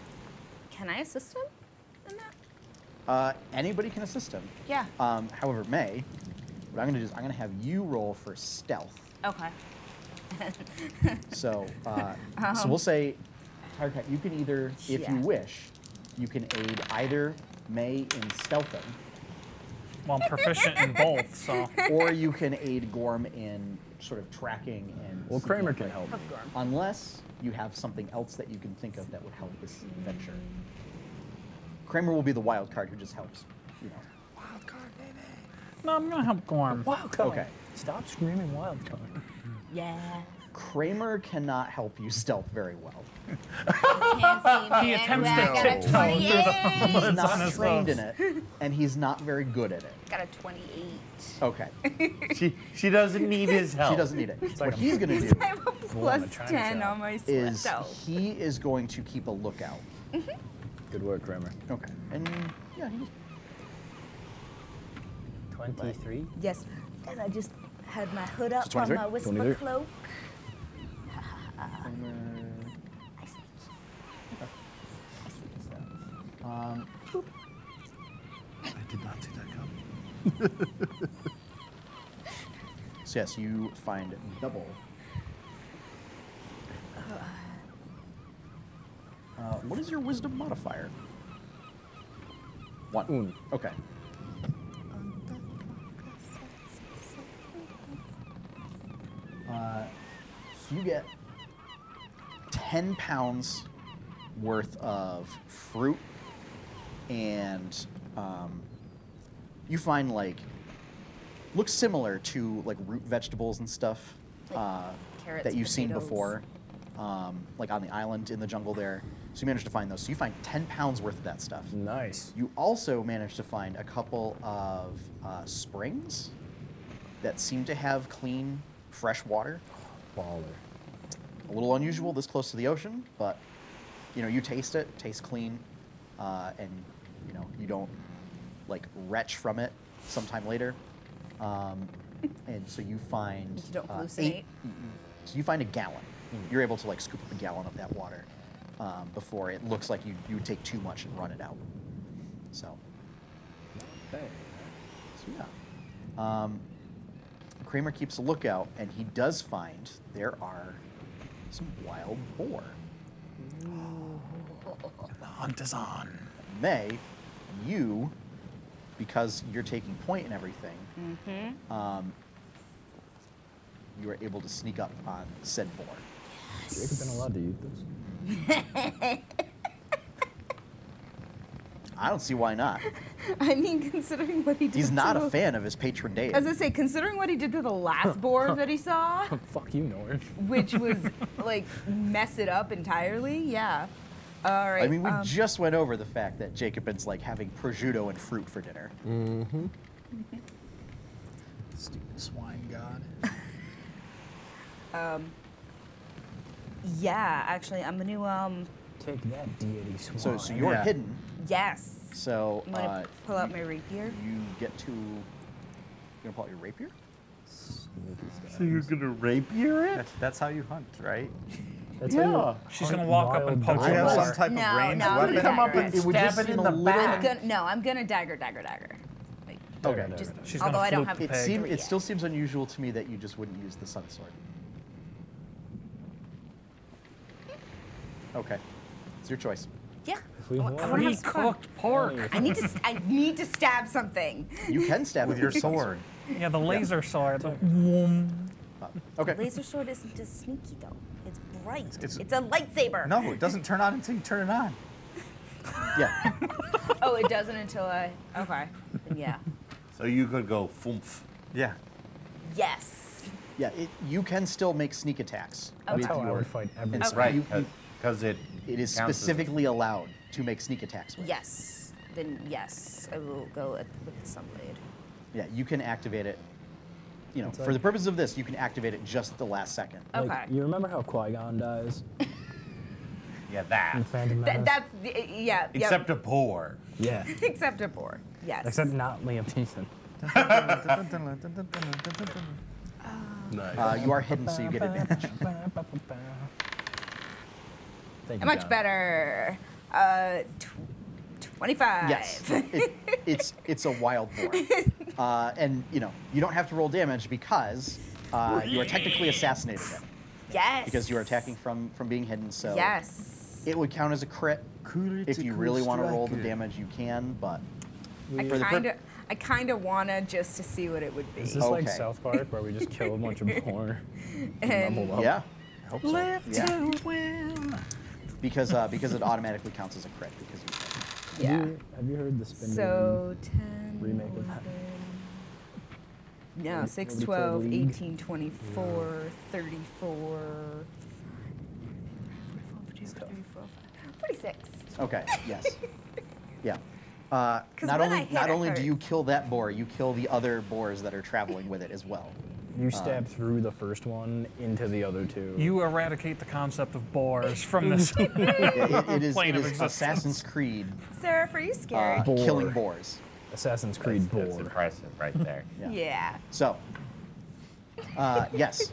can I assist him?
Uh, anybody can assist him.
Yeah.
Um, however, May, what I'm going to do is I'm going to have you roll for stealth.
Okay.
So, uh, so
Um.
we'll say, Tiger Cat, you can either, if you
Yeah.
wish, you can aid either May in stealthing.
Well, I'm proficient in both, so.
Or you can aid Gorm in sort of tracking and.
Well, Kramer can help.
Help Gorm.
Unless you have something else that you can think of that would help this adventure. Kramer will be the wild card who just helps, you know.
No, I'm gonna help Gorm.
Wild card. Okay.
Stop screaming wild card.
Yeah.
Kramer cannot help you stealth very well.
He attempts to
I got a
tiptoe through the
He's
woods on
not
his
trained in
own.
it, and he's not very good at it.
Got a 28.
Okay.
she she doesn't need his help.
She doesn't need it.
It's
what
like a-
he's gonna do
I have a plus 10 on my
uh, is
stealth.
he is going to keep a lookout.
Mhm.
Good work, Kramer.
Okay. And yeah, he just
23?
Yes. And I just had my hood up
So 23?
on my whisper
23.
cloak.
Um,
I did not see that coming.
so yes, you find double. Uh, what is your wisdom modifier? One. Okay. Uh, so you get 10 pounds worth of fruit, and um, you find like looks similar to like root vegetables and stuff
Like
uh,
carrots,
that you've seen
potatoes.
before, um, like on the island in the jungle there. So you managed to find those. So you find 10 pounds worth of that stuff.
Nice.
You also managed to find a couple of uh, springs that seem to have clean, fresh water.
Baller.
A little unusual this close to the ocean, but you know, you taste it, tastes clean, uh, and you know, you don't like retch from it sometime later. Um, and so you find
You don't
uh,
hallucinate.
eight- so you find a gallon. You're able to like scoop up a gallon of that water um, before it looks like you you take too much and run it out. So
Hey.
so yeah. Um, Kramer keeps a lookout, and he does find there are some wild boar.
The hunt is on.
May, you, because you're taking point and everything,
Mm-hmm.
um, you are able to sneak up on said boar.
Drake have been allowed to eat this?
I don't see why not.
I mean, considering what he did.
He's not
to-
a fan of his patron deity.
As I say, considering what he did to the last boar that he saw,
Fuck you, Norge.
which was like mess it up entirely, yeah. All right.
I mean, we
um,
just went over the fact that Jacobin's like having prosciutto and fruit for dinner.
Mm-hmm.
Stupid swine god.
um, yeah, actually, I'm gonna um.
Take that deity swine.
So, so you're hidden.
Yes.
So
I'm gonna
uh,
pull out my rapier.
you get to. You gonna pull out your rapier?
So you're gonna rapier it?
That's how you hunt, right?
That's how you
Yeah.
She's gonna walk up and poke
I have
him.
some type
No,
of ranged
no, I'm
weapon.
gonna Come up and
It would just
stab it
seem
in
a
the
little-
I'm gonna, no, I'm gonna dagger, dagger, dagger. Like,
Okay.
just,
She's
although
gonna
I don't
flip
have
It,
Peg.
seem,
Yeah.
it still seems unusual to me that you just wouldn't use the sun sword. Okay. It's your choice.
Yeah.
If we
I wa- I
want-
wanna have some fun.
Pre-cooked pork.
I need to. s- I need to stab something.
You can stab
With
it
your
the sun
sword.
Oh.
Yeah, the laser sword. the-
Okay.
Laser sword isn't as sneaky though. It's bright. It's,
it's-
a lightsaber.
No, it doesn't turn on until you turn it on.
Yeah.
Oh, it doesn't until I. Okay. Then Yeah.
So you could go foomph.
Yeah.
Yes.
Yeah. It, you can still make sneak attacks.
Okay.
with
That's how
your-
every
it's-
Right,
you- you-
because it
it is
counts as-
specifically allowed to make sneak attacks with.
Yes. Then yes, I will go at, with the sunblade.
Yeah, you can activate it. You know,
It's
for
like-
the purpose of this, you can activate it just at the last second.
Like,
Okay.
you remember how Qui Gon dies
Yeah, that.
in Phantom
Th-
Menace?
that's the, eh, yeah.
Except a boar.
yeah.
yep. except a boar. Yes.
Except not Liam Neeson.
Nice.
Uh, you are hidden, so you get advantage.
Much better. Uh, tw- 25.
Yes, it, it's it's a wild boar, uh, and you know you don't have to roll damage because uh, you are technically assassinating him
Yes.
because you are attacking from from being hidden. So
Yes.
it would count as a crit. If you
Critical
really want to roll the
striker.
damage, you can, but
I
for the pur-
kind of, I kind of wanna just to see what it would be.
Is this like Okay. South
Park where we just kill a bunch of more.
And-
level up.
Yeah.
Live
Oh, Yeah.
to win.
because uh, because it automatically counts as a crit because you
Yeah.
Have you, have you heard the spin
So 10,
remake of that?
No,
Maybe
6,
for the
12,
league.
18, 24, 34, 46.
Okay. Yes. yeah. Uh,
'Cause
not
when I
only
hit,
not
it
only
hurt.
do you kill that boar, you kill the other boars that are traveling with it as well.
You
Uh,
stab through the first one into the other two.
You eradicate the concept of boars from this
It-
it- it is-
plane
it
of
is
existence.
Assassin's Creed
Seraph, are you scared?
uh, killing boars.
Assassin's Creed boar. That's
impressive right there.
Yeah.
yeah.
So, uh, yes,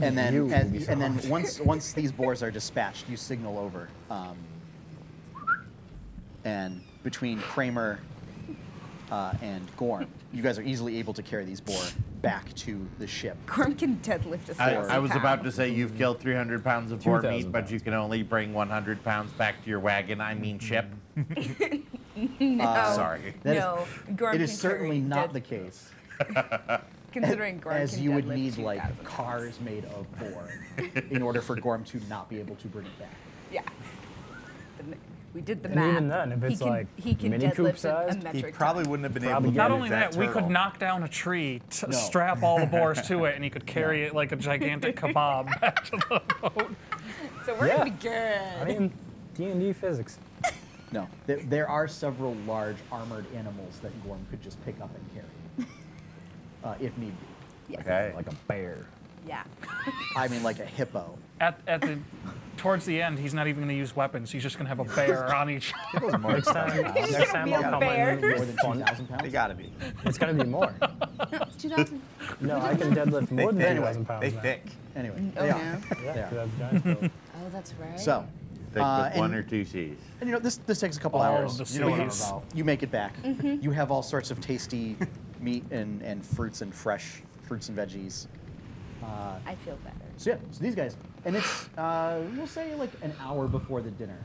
and then and, and then once once these boars are dispatched, you signal over, um, and between Kramer uh, and Gorm, you guys are easily able to carry these boar back to the ship.
Gorm can deadlift a
I,
thousand
I was about
pounds.
to say you've killed 300 pounds of boar
2,000
meat, but you can only bring 100 pounds back to your wagon. I mean ship.
Mm-hmm.
no.
Uh, sorry.
That is-
no. Gorm
it is
can
certainly
carry
not the case.
Considering Gorm
as
can
you would
deadlift
need
2,000
like cars made of boar in order for Gorm to not be able to bring it back.
Yeah. The ma- we did the
And
math.
even then, if
He
it's
can-
like
he can
Mini Coop
deadlift a- a
sized,
metric ton.
wouldn't have been
Not only that, we could knock down a tree, t-
No.
strap all the boars to it, and he could carry it like a gigantic kebab back to the boat.
So we're
Yeah.
gonna be good.
I mean, D and D physics.
No, there, there are several large armored animals that Gorm could just pick up and carry, uh, if need be.
Yes.
Okay.
Like a bear.
yeah.
I mean, like a hippo.
At, at the, towards the end, he's not even gonna use weapons. He's just gonna have a bear on each.
Next time, next time I'll come in with fun.
They
gotta be.
It's gonna be more.
It's 2000.
No, I can deadlift more than
Anyway,
2,000 pounds.
they
now.
thick. Anyway,
Oh,
they
no.
are. They
Yeah,
are.
that's giant build.
Oh, that's right.
So,
Think
uh,
with one
and-
or two C's.
And you know, this this takes a couple
All
hours.
the
you, know what I'm
cities.
about. You make it back.
Mhm.
You have all sorts of tasty meat and, and fruits and fresh fruits and veggies. Uh,
I feel better.
so yeah, so these guys, and it's uh, we'll say like an hour before the dinner,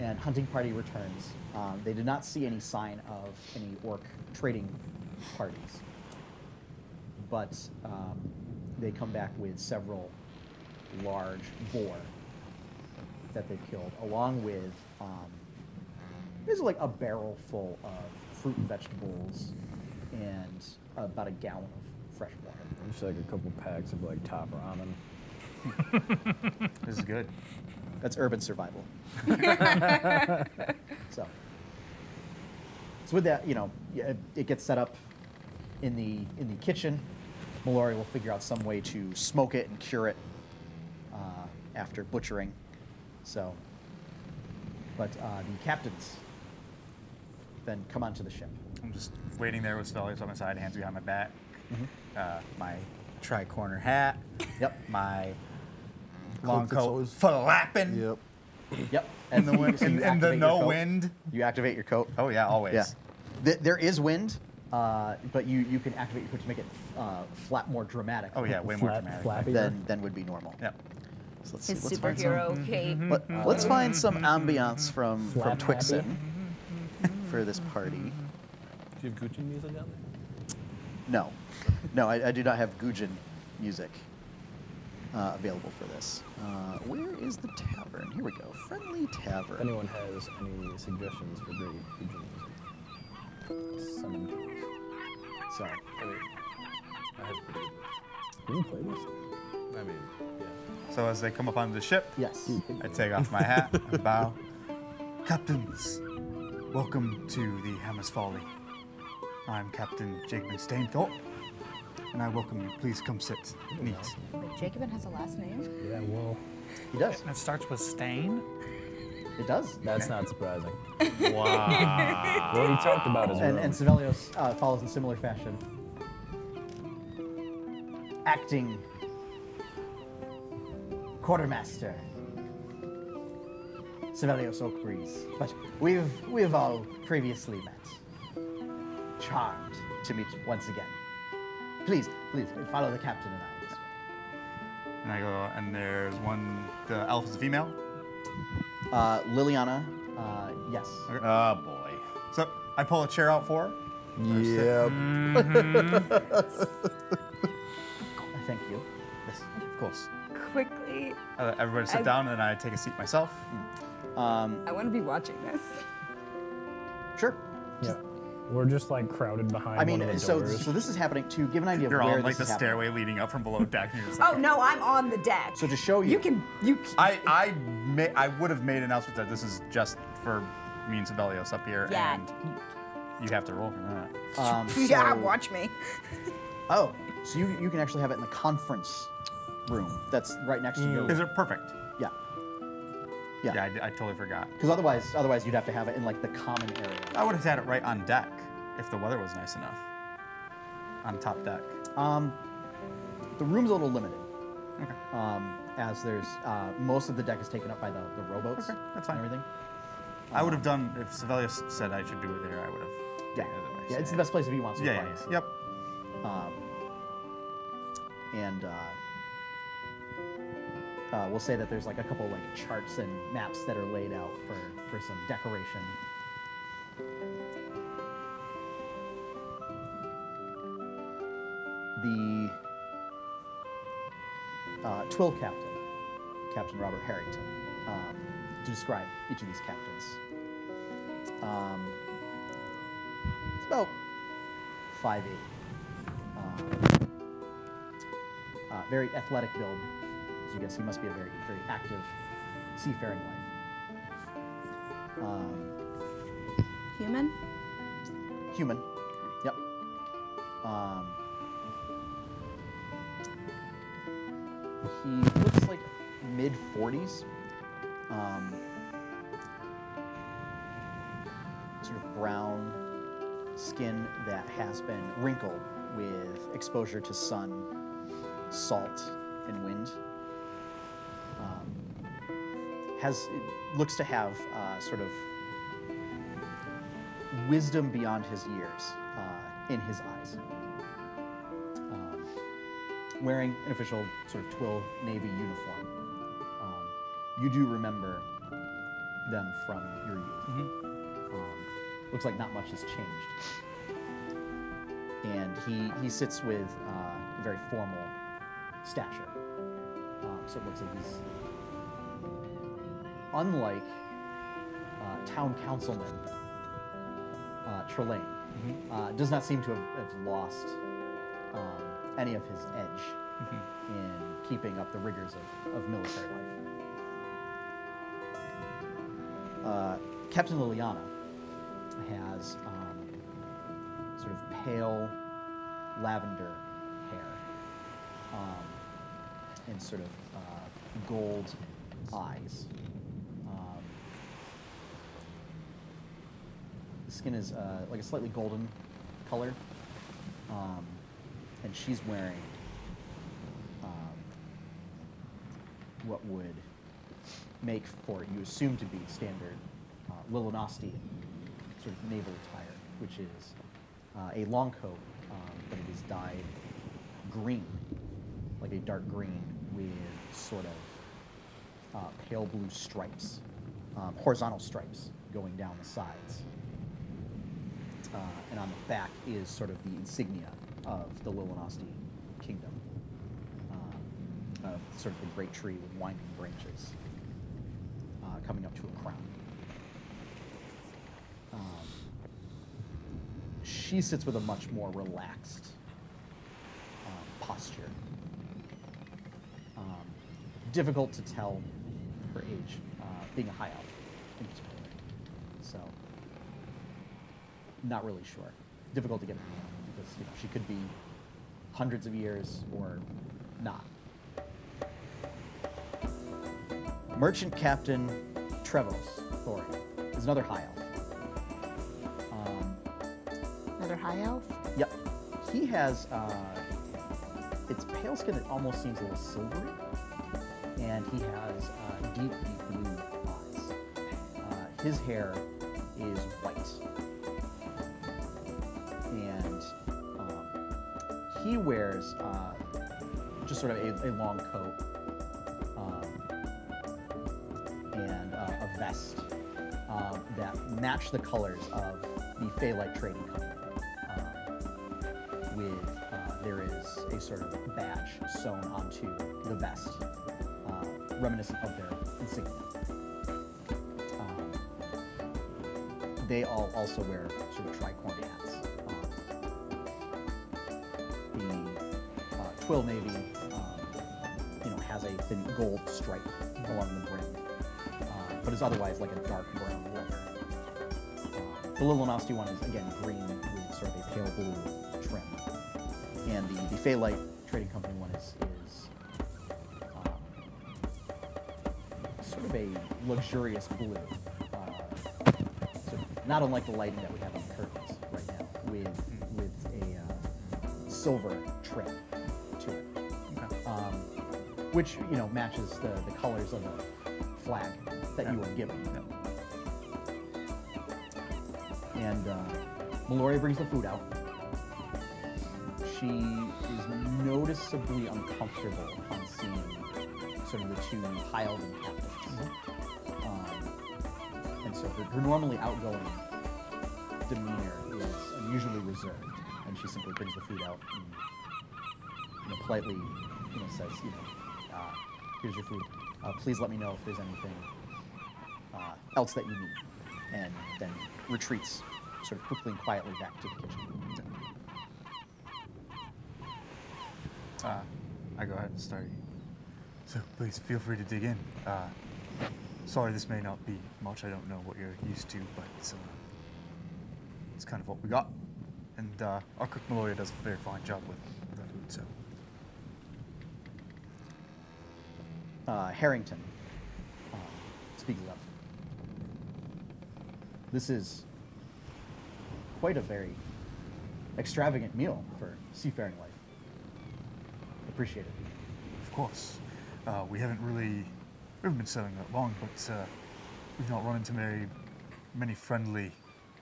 and hunting party returns. Um, they did not see any sign of any orc trading parties, but um, they come back with several large boar that they've killed, along with um, there's like a barrel full of fruit and vegetables, and about a gallon of fresh water.
Just like a couple packs of like top ramen.
This is good. That's urban survival. so, so with that, you know, y- it, it gets set up in the in the kitchen. Mallory will figure out some way to smoke it and cure it uh, after butchering. So, but uh, the captains then come onto the ship.
I'm just waiting there with Stellius on my side, hands behind my back,
Mhm.
uh, my tri-corner hat,
yep,
my long
that's
coat flapping,
Yep.
Yep.
and the
you-
wind,
so you
and, and the
activate your
no
coat.
wind.
You activate your coat.
Oh yeah, always.
Yeah. Th- there is wind, uh, but you, you can activate your coat to make it uh, flap more dramatic.
Oh, yeah, way more Flat- dramatic. flappier.
Than, than would be normal.
Yep.
So let's
His
let's find
superhero mm-hmm.
some-
cape.
Mm-hmm.
Let, us find some
Mm-hmm.
ambiance from, from
Flap
Twixen
happy.
for this party.
Do you have Gucci music on there?
No, no, I, I do not have Gujin music uh, available for this. Uh, where is the tavern? Here we go. Friendly
If
Tavern.
anyone has any suggestions for great future music, send them to us.
Sorry.
I mean, I have pretty
Can you play this?
good. I mean, yeah.
So as they come up onto the ship,
Yes.
I take off my hat and bow. Captains, welcome to the Hammer's Folly. I'm Captain Jacob Stainthorpe, and I welcome you. Please come sit. Neat.
Mm-hmm.
Wait, Jacobin has a last name?
Yeah, well,
He does.
And it starts with stain.
It does.
that's not surprising.
Wow.
What we talked about is
and, and Sibelius uh, follows in similar fashion. Acting quartermaster, Sevelios Oakbreeze. But we've we've all previously met. Charmed to meet once again. Please, please follow the captain and I this way.
And I go, and there's one, the alpha's a female?
Uh, Liliana, uh, yes.
Oh, boy.
So I pull a chair out for her.
Yeah.
Thank you.
Yes, of course.
Quickly,
I let everybody sit
I-
down, and then I take a seat myself.
Um,
I want to be watching this.
Sure.
Yeah. We're just like crowded behind.
I mean,
one of the
so
doors.
so this is happening to give an idea
You're
of
on,
where
like,
this
the
is happening.
Stairway leading up from below deck. And you're just like,
Oh no, I'm on the deck.
So to show you,
you can you.
I I may, I would have made an announcement that this is just for me and Sibelius up here,
Yeah.
and you have to roll for that.
Um,
yeah,
so-
watch me.
Oh, so you, you can actually have it in the conference room that's right next to you.
Is it perfect?
Yeah. Yeah.
Yeah, I, I totally forgot.
Because otherwise, otherwise you'd have to have it in like the common area.
I would have had it right on deck if the weather was nice enough. On top deck.
Um, the room's a little limited. Okay. Um, as there's uh, most of the deck is taken up by the, the rowboats.
Okay, that's fine.
And everything.
I would have done if Sibelius said I should do it there. I would have.
Yeah. Yeah, it's the best place if you want some
Yeah,
quiet.
yeah, Yep.
Um, and uh, uh, we'll say that there's like a couple like charts and maps that are laid out for for some decoration. The uh, twill captain, Captain Robert Harrington, um, to describe each of these captains. Um, it's about 5'8. Um, uh, very athletic build. As you guess, he must be a very, very active seafaring life. Um,
Human?
human. Yep. Um, he looks like mid 40s. Um, sort of brown skin that has been wrinkled with exposure to sun, salt, and wind. Um, has it looks to have uh, sort of wisdom beyond his years uh, in his eyes. Um, wearing an official sort of twill navy uniform, um, you do remember them from your youth. Um, looks like not much has changed. And he, he sits with uh, very formal stature. Um, so it looks like he's unlike uh, town councilman uh, Trelane uh, does not seem to have, have lost um, any of his edge in keeping up the rigors of, of military life. Uh, Captain Liliana has um, sort of pale lavender hair um, and sort of uh, gold eyes. Um, the skin is uh, like a slightly golden color. Um, and she's wearing um, what would make for, you assume to be standard uh, Lilinosti sort of naval attire, which is uh, a long coat, um, but it is dyed green, like a dark green with sort of uh, pale blue stripes, um, horizontal stripes going down the sides uh, and on the back is sort of the insignia of the Lilinosti kingdom, uh, of sort of the great tree with winding branches uh, coming up to a crown. Um, she sits with a much more relaxed um, posture. Um, difficult to tell her age, uh, being a high elf in particular. So not really sure. Difficult to get a handle on because you know she could be hundreds of years or not. Merchant Captain Trevos Thorin is another high elf. Um,
Another high elf?
yep, he has uh, it's pale skin that almost seems a little silvery. and he has uh, deep, deep blue eyes. Uh, his hair is white, and um, he wears uh, just sort of a, a long coat um, and uh, a vest um, that match the colors of the Phalite Trading Company. Um, with uh, there is a sort of badge sewn onto the vest, uh, reminiscent of their insignia. Um, they all also wear sort of tricorn hats. Um, the uh, twill maybe um, you know has a thin gold stripe along the brim, um, but is otherwise like a dark brown leather. Um, the Little Nasty one is again green with sort of a pale blue trim, and the the Phalite Trading Company one is is um, sort of a luxurious blue. Uh, so not unlike the lighting that we have on the curtains right now, with with a uh, silver trim to it, um, which you know matches the, the colors of the flag that you were given. And uh, Meloria brings the food out. She is noticeably uncomfortable on seeing sort of the two piled captains. Um, and so her, her normally outgoing demeanor is unusually reserved, and she simply brings the food out and you know, politely you know, says, you know, uh, here's your food. Uh, please let me know if there's anything uh, else that you need. And then retreats sort of quickly and quietly back to the kitchen.
Uh, I go ahead and start eating. So please feel free to dig in. Uh, sorry, this may not be much. I don't know what you're used to, but it's, uh, it's kind of what we got. And uh, our cook Meloria does a very fine job with the food. So
uh, Harrington um, speaks up. This is quite a very extravagant meal for seafaring life. Appreciate it.
of course, uh, we haven't really we haven't been sailing that long, but uh, we've not run into very many friendly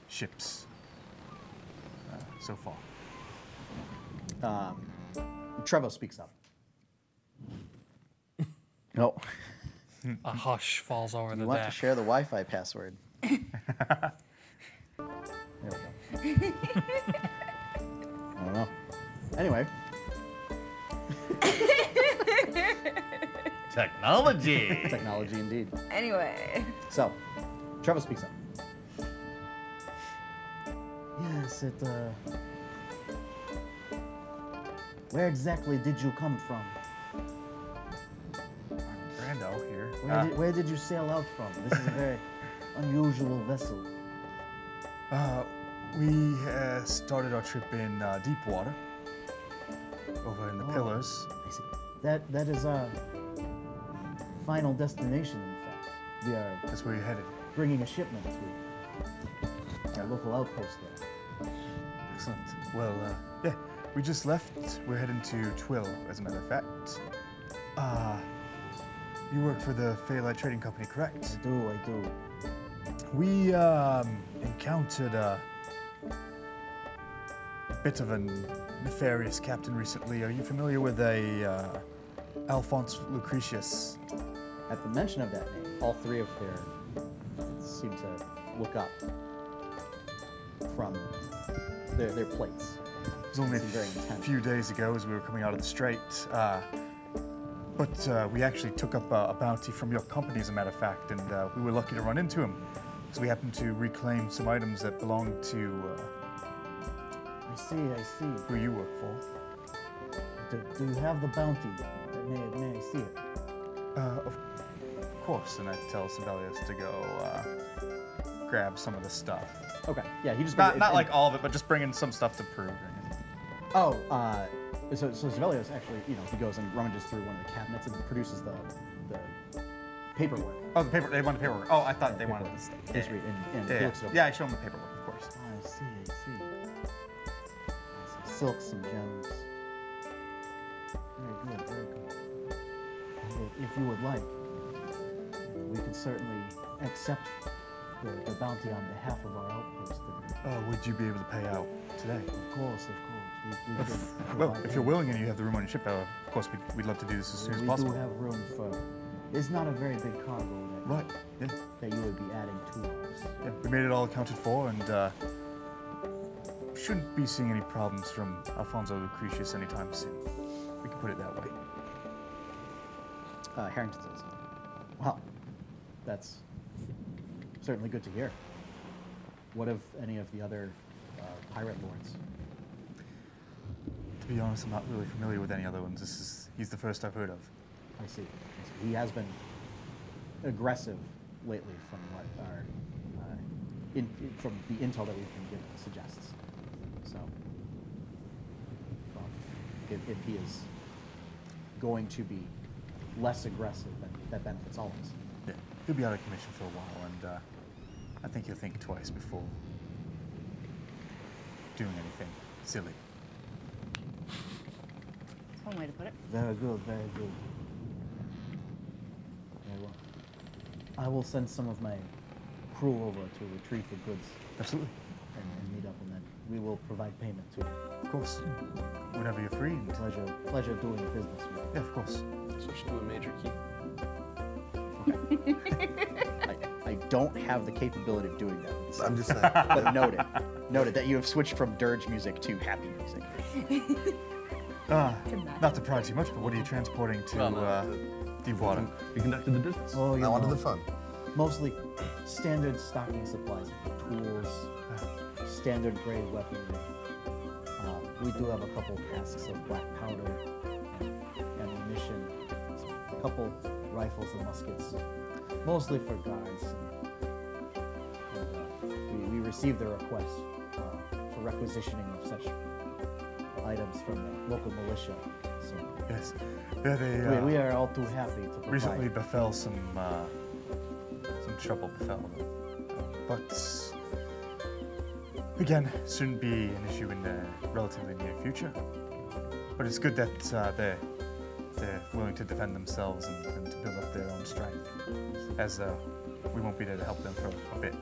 ships uh, so far.
Um, Trevo speaks up. Oh, No.
A hush falls over the
You want
deck.
to share the Wi-Fi password? there we go. I don't know. Anyway,
Technology.
technology indeed.
Anyway.
So, Trevor speaks up. Yes, it. Uh, where exactly did you come from?
Brando here.
Where,
Uh,
did, where did you sail out from? This is a very unusual vessel.
Uh, we uh, started our trip in uh, deep water, over in the
Oh,
Pillars.
That that is our final destination. In fact, we are.
That's where you're headed.
Bringing a shipment to our local outpost there.
Excellent. Well, uh, yeah, we just left. We're heading to Twill, as a matter of fact. Uh, you work for the Phalite Trading Company, correct?
I do, I do.
We um, encountered a, a bit of a nefarious captain recently. Are you familiar with a uh, Alphonse Lucretius?
At the mention of that name, all three of their seem to look up from their, their plates.
It was only a
Seem very intense.
few days ago as we were coming out of the strait. Uh, but uh, we actually took up a, a bounty from your company, as a matter of fact, and uh, we were lucky to run into him. So we happened to reclaim some items that belonged to
I see, I see.
uh, who you work for.
Do, do you have the bounty? May, may I see it?
Uh, of course, and I tell Sibelius to go uh, grab some of the stuff.
Okay, yeah, he just
not,
brings-
not
and-
like all of it, but just bringing some stuff to prove.
Oh, uh, so so Sibelius actually, you know, he goes and rummages through one of the cabinets and produces the the paperwork.
Oh, the paper. They want the paperwork. Oh, I thought they
paperwork.
wanted this.
Yes, we- and- and
yeah,
he
yeah.
looks it over.
Yeah, I show them the paperwork, of course.
I see, I see. Some silks and gems. Very good, very good. And if you would like, we could certainly accept the, the bounty on behalf of our outpost.
Uh, would you be able to pay out today?
Of course, of course. We, we
If-
can
well,
provide
if you're
that.
willing and you have the room on your ship, uh, of course we'd, we'd love to do this as soon as
we
possible.
do have room for. It's not a very big cargo that,
right.
that you would be adding to ours.
Yeah, we made it all accounted for, and uh, shouldn't be seeing any problems from Alfonso Lucretius anytime soon. We can put it that way.
Uh, Harrington says, Wow, that's certainly good to hear. What of any of the other uh, pirate lords?
To be honest, I'm not really familiar with any other ones. This is he's the first I've heard of.
I see. I see. He has been aggressive lately, from what our uh, in, in- from the intel that we've been given suggests. So, well, if, if he is going to be less aggressive, then that benefits all of us.
Yeah, he'll be out of commission for a while, and uh, I think he'll think twice before doing anything silly.
One way to put it.
Very good, very good. Very well. I will send some of my crew over to retrieve the goods.
Absolutely.
And, and meet up, and then we will provide payment to you.
Of course. Whenever you're free.
Pleasure, pleasure doing business with you.
Yeah, of course.
Switch to a major key.
I don't have the capability of doing that.
I'm just saying.
but noted, noted that you have switched from dirge music to happy music.
Ah, not to prod you much, but what are you transporting to uh, deep water?
We conducted the business.
Oh, you
I wanted
know,
the fun.
Mostly standard stocking supplies, tools, standard grade weaponry. Uh, we do have a couple casks of black powder, ammunition, a couple rifles and muskets, mostly for guards. And, uh, we, we received a request uh, for requisitioning of such items from the local militia. So
yes, yeah, they.
we,
Uh,
we are all too happy to provide.
recently befell some uh, some trouble befell them, but again, shouldn't be an issue in the relatively near future. But it's good that uh, they're they're willing to defend themselves and, and to build up their own strength, as uh, we won't be there to help them for a bit.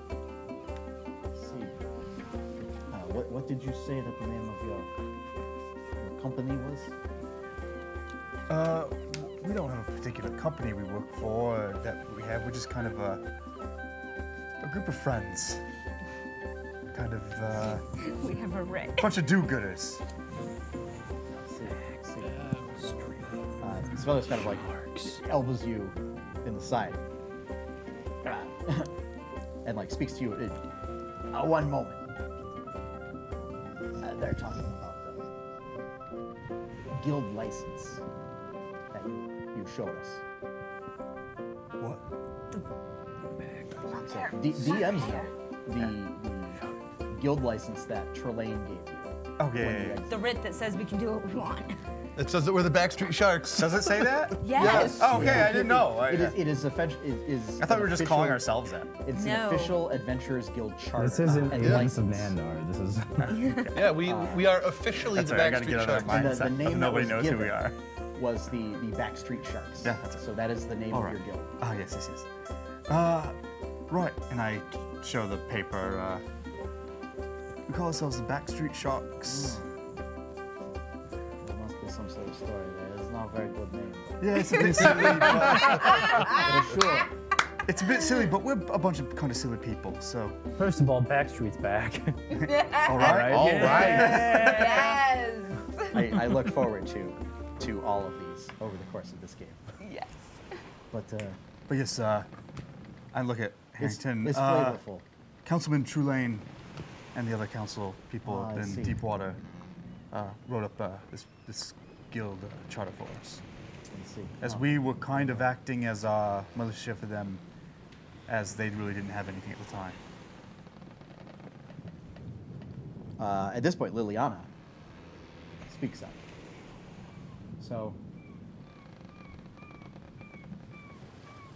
see. Uh, what, what did you say that the name of your, your company was?
Uh, we don't have a particular company we work for or that we have. We're just kind of a, a group of friends. Kind of uh,
We have a wreck.
bunch of do-gooders.
See. Uh, this fellow's kind of like elbows you in the side. Uh, and like speaks to you in uh, one moment. Uh, they're talking about the guild license that you, you showed us.
What?
So, D- DMs know the, the guild license that Trelane gave you.
Oh, yeah,
when you
yeah,
exited.
The writ that says we can do what we want.
It says that we're the Backstreet Sharks.
Does it say that?
Yes.
Oh, okay. I didn't know. I,
It is. It is offens- it is
I thought we were
an
just calling
official-
ourselves that.
It's
No.
an official Adventurers Guild charter.
This isn't
and
Agents of
license.
Nandar. This is.
Yeah, we we are officially
That's
the
right, I gotta
Backstreet
get out
Sharks.
of my
And the,
mindset.
the name that
Nobody
was
knows who
given
we are.
was the the Backstreet Sharks.
Yeah, that's it.
So that is the name
All
of
right.
your guild.
Ah, yes, yes, yes. Uh, right, and I show the paper. Uh, we call ourselves the Backstreet Sharks.
There must be some sort of story there. It's not a very good name.
Yeah, it's a bit silly. but,
But sure.
it's a bit silly, but we're a bunch of kind of silly people, so.
First of all, Backstreet's back.
All right.
All
Yes.
I, I look forward to to all of these over the course of this game.
yes.
But uh,
But yes, uh, I look at
it's,
Harrington.
it's
uh,
flavorful.
Councilman Trulane and the other council people
Ah, I
in
see.
Deepwater uh, wrote up uh, this, this guild uh, charter for us.
Let's see.
As
Oh.
we were kind of acting as a militia for them, as they really didn't have anything at the time.
Uh, at this point, Liliana speaks up. So,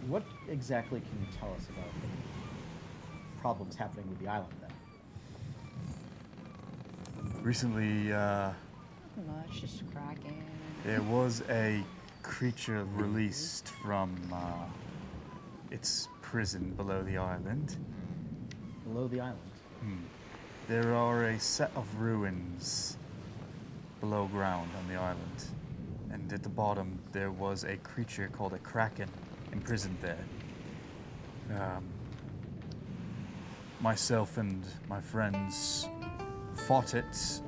what exactly can you tell us about the problems happening with the island then?
Recently, uh,
Much just cracking.
there was a creature released from uh, its prison below the island.
Below the island.
Hmm. There are a set of ruins below ground on the island, and at the bottom there was a creature called a kraken imprisoned there. Um, myself and my friends fought it,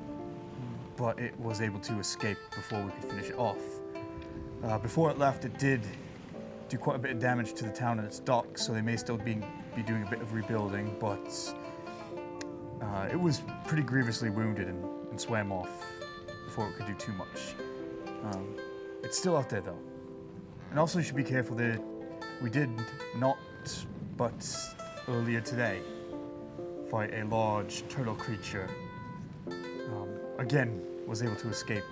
but it was able to escape before we could finish it off. Uh, before it left, it did do quite a bit of damage to the town and its docks, so they may still be, be doing a bit of rebuilding, but uh, it was pretty grievously wounded and, and swam off before it could do too much. Um, it's still out there though. And also, you should be careful that we did not, but earlier today, fight a large turtle creature. Um, again, was able to escape,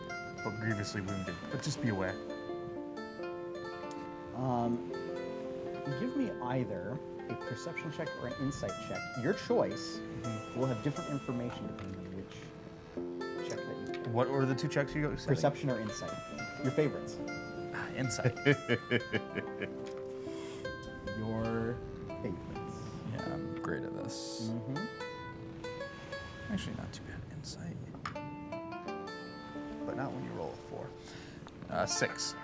but grievously wounded. But just be aware.
Um, give me either a perception check or an insight check. Your choice. We'll have different information depending on which check that you pick.
What were the two checks you got?
Perception or insight. Your favorites.
Insight.
Your favorites.
Yeah, I'm great at this.
Mm-hmm.
Actually, not too bad at insight. But not when you roll a four. Uh, six.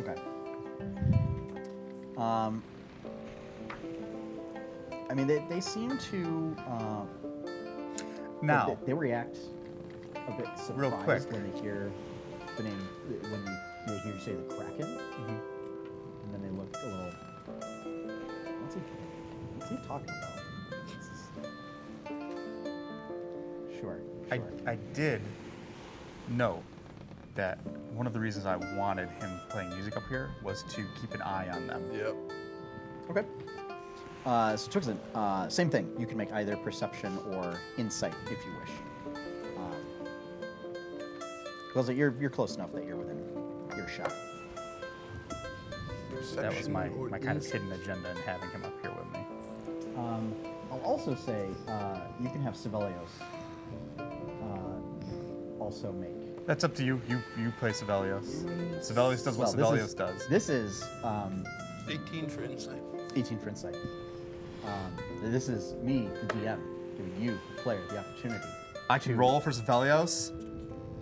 Okay. Um, I mean, they, they seem to. Uh,
Now.
They, they react a bit surprised
Real quick.
when they hear the name, when they hear you say the Kraken.
Mm-hmm.
And then they look a little. What's he, what's he talking about? This is- Sure.
I, I did know that one of the reasons I wanted him playing music up here was to keep an eye on them.
Yep.
Okay. Uh, so Twixen, uh, same thing. You can make either perception or insight if you wish. Um, Glazit, you're you're close enough that you're within earshot.
that was
Perception
my,
or
my kind of
insight?
hidden agenda in having him up here with me.
Um, I'll also say uh, you can have Sibelius uh, also make.
That's up to you. You you play Sibelius. Sibelius does what
Well,
Sibelius
this is-
does.
This is um,
18 for insight.
18 for insight. Um, this is me, the DM, giving you, the player, the opportunity.
I can roll for Sibelius?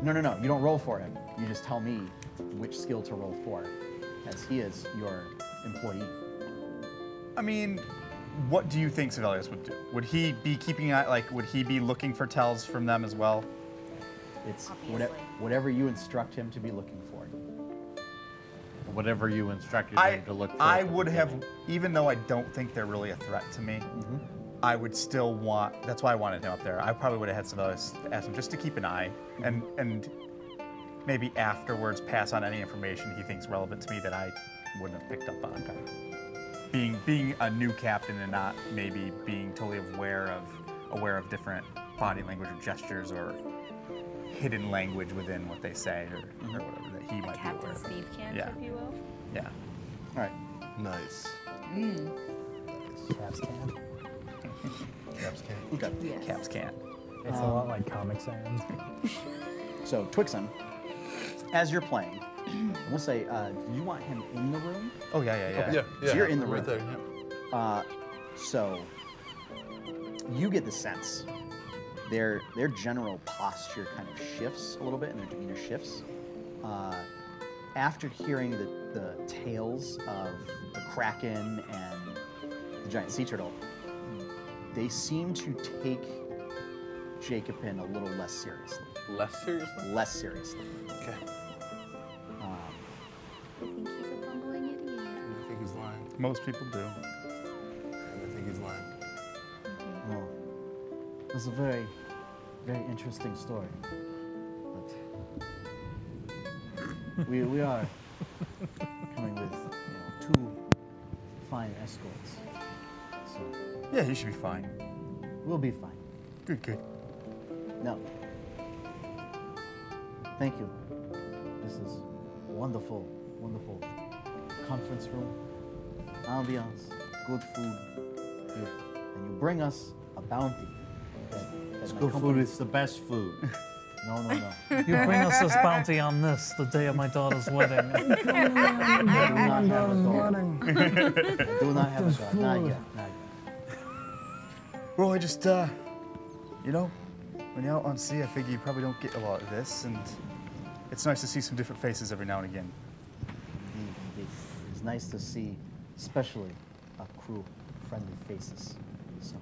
No, no, no. You don't roll for him. You just tell me which skill to roll for, as he is your employee.
I mean, what do you think Sibelius would do? Would he be keeping an eye, like, would he be looking for tells from them as well?
It's whate- whatever you instruct him to be looking for.
Whatever you instructed
I,
him to look for.
I
at the
would have, even though I don't think they're really a threat to me,
Mm-hmm.
I would still want. That's why I wanted him up there. I probably would have had Sibelius ask him just to keep an eye,
Mm-hmm.
and and maybe afterwards pass on any information he thinks relevant to me that I wouldn't have picked up on. Being being a new captain and not maybe being totally aware of aware of different body language or gestures or hidden language within what they say or,
Mm-hmm.
or whatever that he might be aware
Captain
of.
Steve Cant,
Yeah.
if you will.
Yeah.
All right.
Nice.
Mm.
Caps can.
Caps can.
Okay.
Yes.
Caps can.
It's a lot like Comic Sans.
So Twixen, as you're playing, we'll say, uh, do you want him in the room?
Oh yeah, yeah, yeah.
Okay.
Yeah,
so
yeah,
you're in the room.
right there,
Uh, so you get the sense their their general posture kind of shifts a little bit, and their demeanor shifts uh, after hearing the the tales of the kraken and the giant sea turtle. They seem to take Jacobin a little less seriously.
Less seriously.
Less seriously.
Okay.
Um,
I think he's a bumbling idiot. I think he's lying.
Most people do.
I think he's lying.
Well, it was a very, very interesting story. But we, we are coming with you know, two fine escorts. So
Yeah, he should be fine.
we'll be fine.
Good, good.
No. Thank you. This is wonderful, wonderful conference room, ambiance, good food, and you bring us a bounty. that- that my
good
company-
food is the best food.
No, no, no.
You bring us this bounty on this, the day of my daughter's wedding.
not have a dog. I Do not have a dog. Not yet. Not
Well, I just, uh, you know, when you're out on sea, I figure you probably don't get a lot of this, and it's nice to see some different faces every now and again.
yet. It's nice to see, especially a crew, friendly faces. So, uh,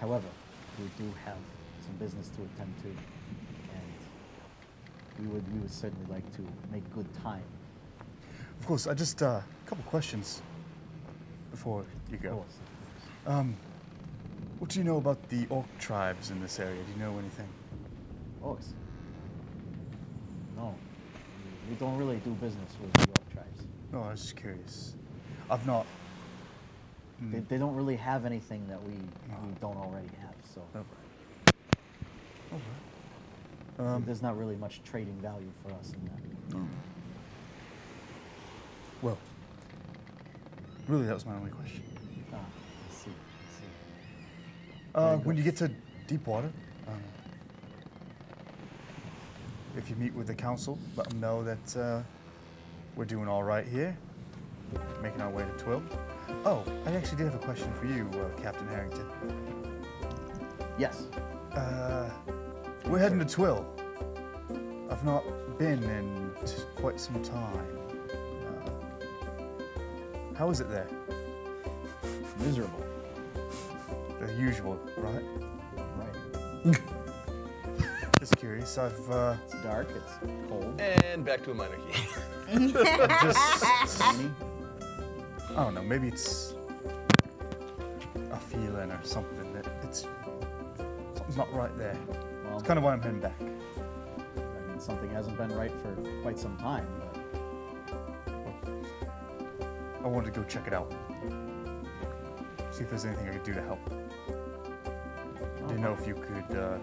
however, we do have some business to attend to, and we would we would certainly like to make good time.
Of course, I just, uh, a couple questions before you go. Um, what do you know about the orc tribes in this area? Do you know anything?
Orcs. No, we- we don't really do business with the orc tribes.
No, I was just curious. I've not.
They, they don't really have anything that we, we don't already have, so.
Um,
There's not really much trading value for us in that.
Well, really, that was my only question.
Ah, I see, I see.
Uh, when you get to deep water, um, if you meet with the council, let them know that uh, we're doing all right here, making our way to Twill. Oh, I actually did have a question for you, uh, Captain Harrington.
Yes.
Uh, we're heading to Twill. I've not been in t- quite some time. Uh, how is it there?
Miserable.
The usual, right?
Right.
Just curious. I've. Uh,
it's dark. It's cold.
And back to a minor key.
just. I don't know. Maybe it's a feeling or something that it's something's not right there.
Well-
it's kind of why I'm heading back.
I mean, something hasn't been right for quite some time, but
I wanted to go check it out. See if there's anything I could do to help. Didn't know if you could, uh,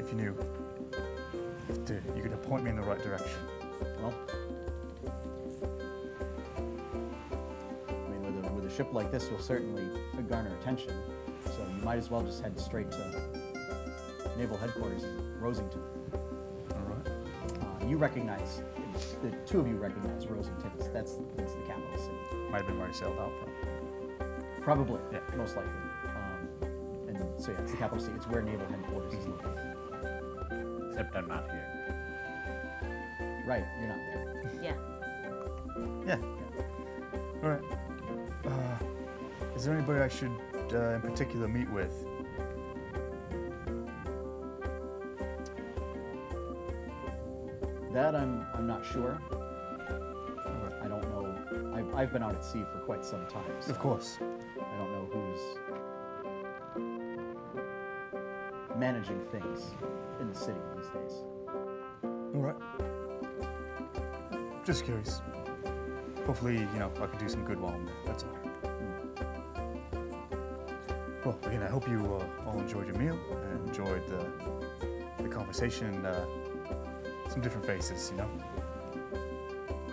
if you knew, if to, you could point me in the right direction.
Well, I mean, with a, with a ship like this, you'll certainly garner attention. So you might as well just head straight to naval headquarters in Rosington.
All right.
Uh, you recognize, the two of you recognize Rosington. It's- That's, that's the capital city.
Might have been where I sailed out from.
Probably, most likely. Um, and so yeah, it's the capital city. It's where naval headquarters is located.
Except I'm not here.
Right, you're not there.
Yeah.
Yeah. All right. Uh, is there anybody I should, uh, in particular, meet with?
That I'm, I'm not sure. I don't know. I've, I've been out at sea for quite some time. so
course.
I don't know who's managing things in the city these days.
All right. Just curious. Hopefully, you know, I could do some good while I'm there. That's all. Hmm. Well, again, I hope you uh, all enjoyed your meal and enjoyed the, the conversation and uh, some different faces, you know.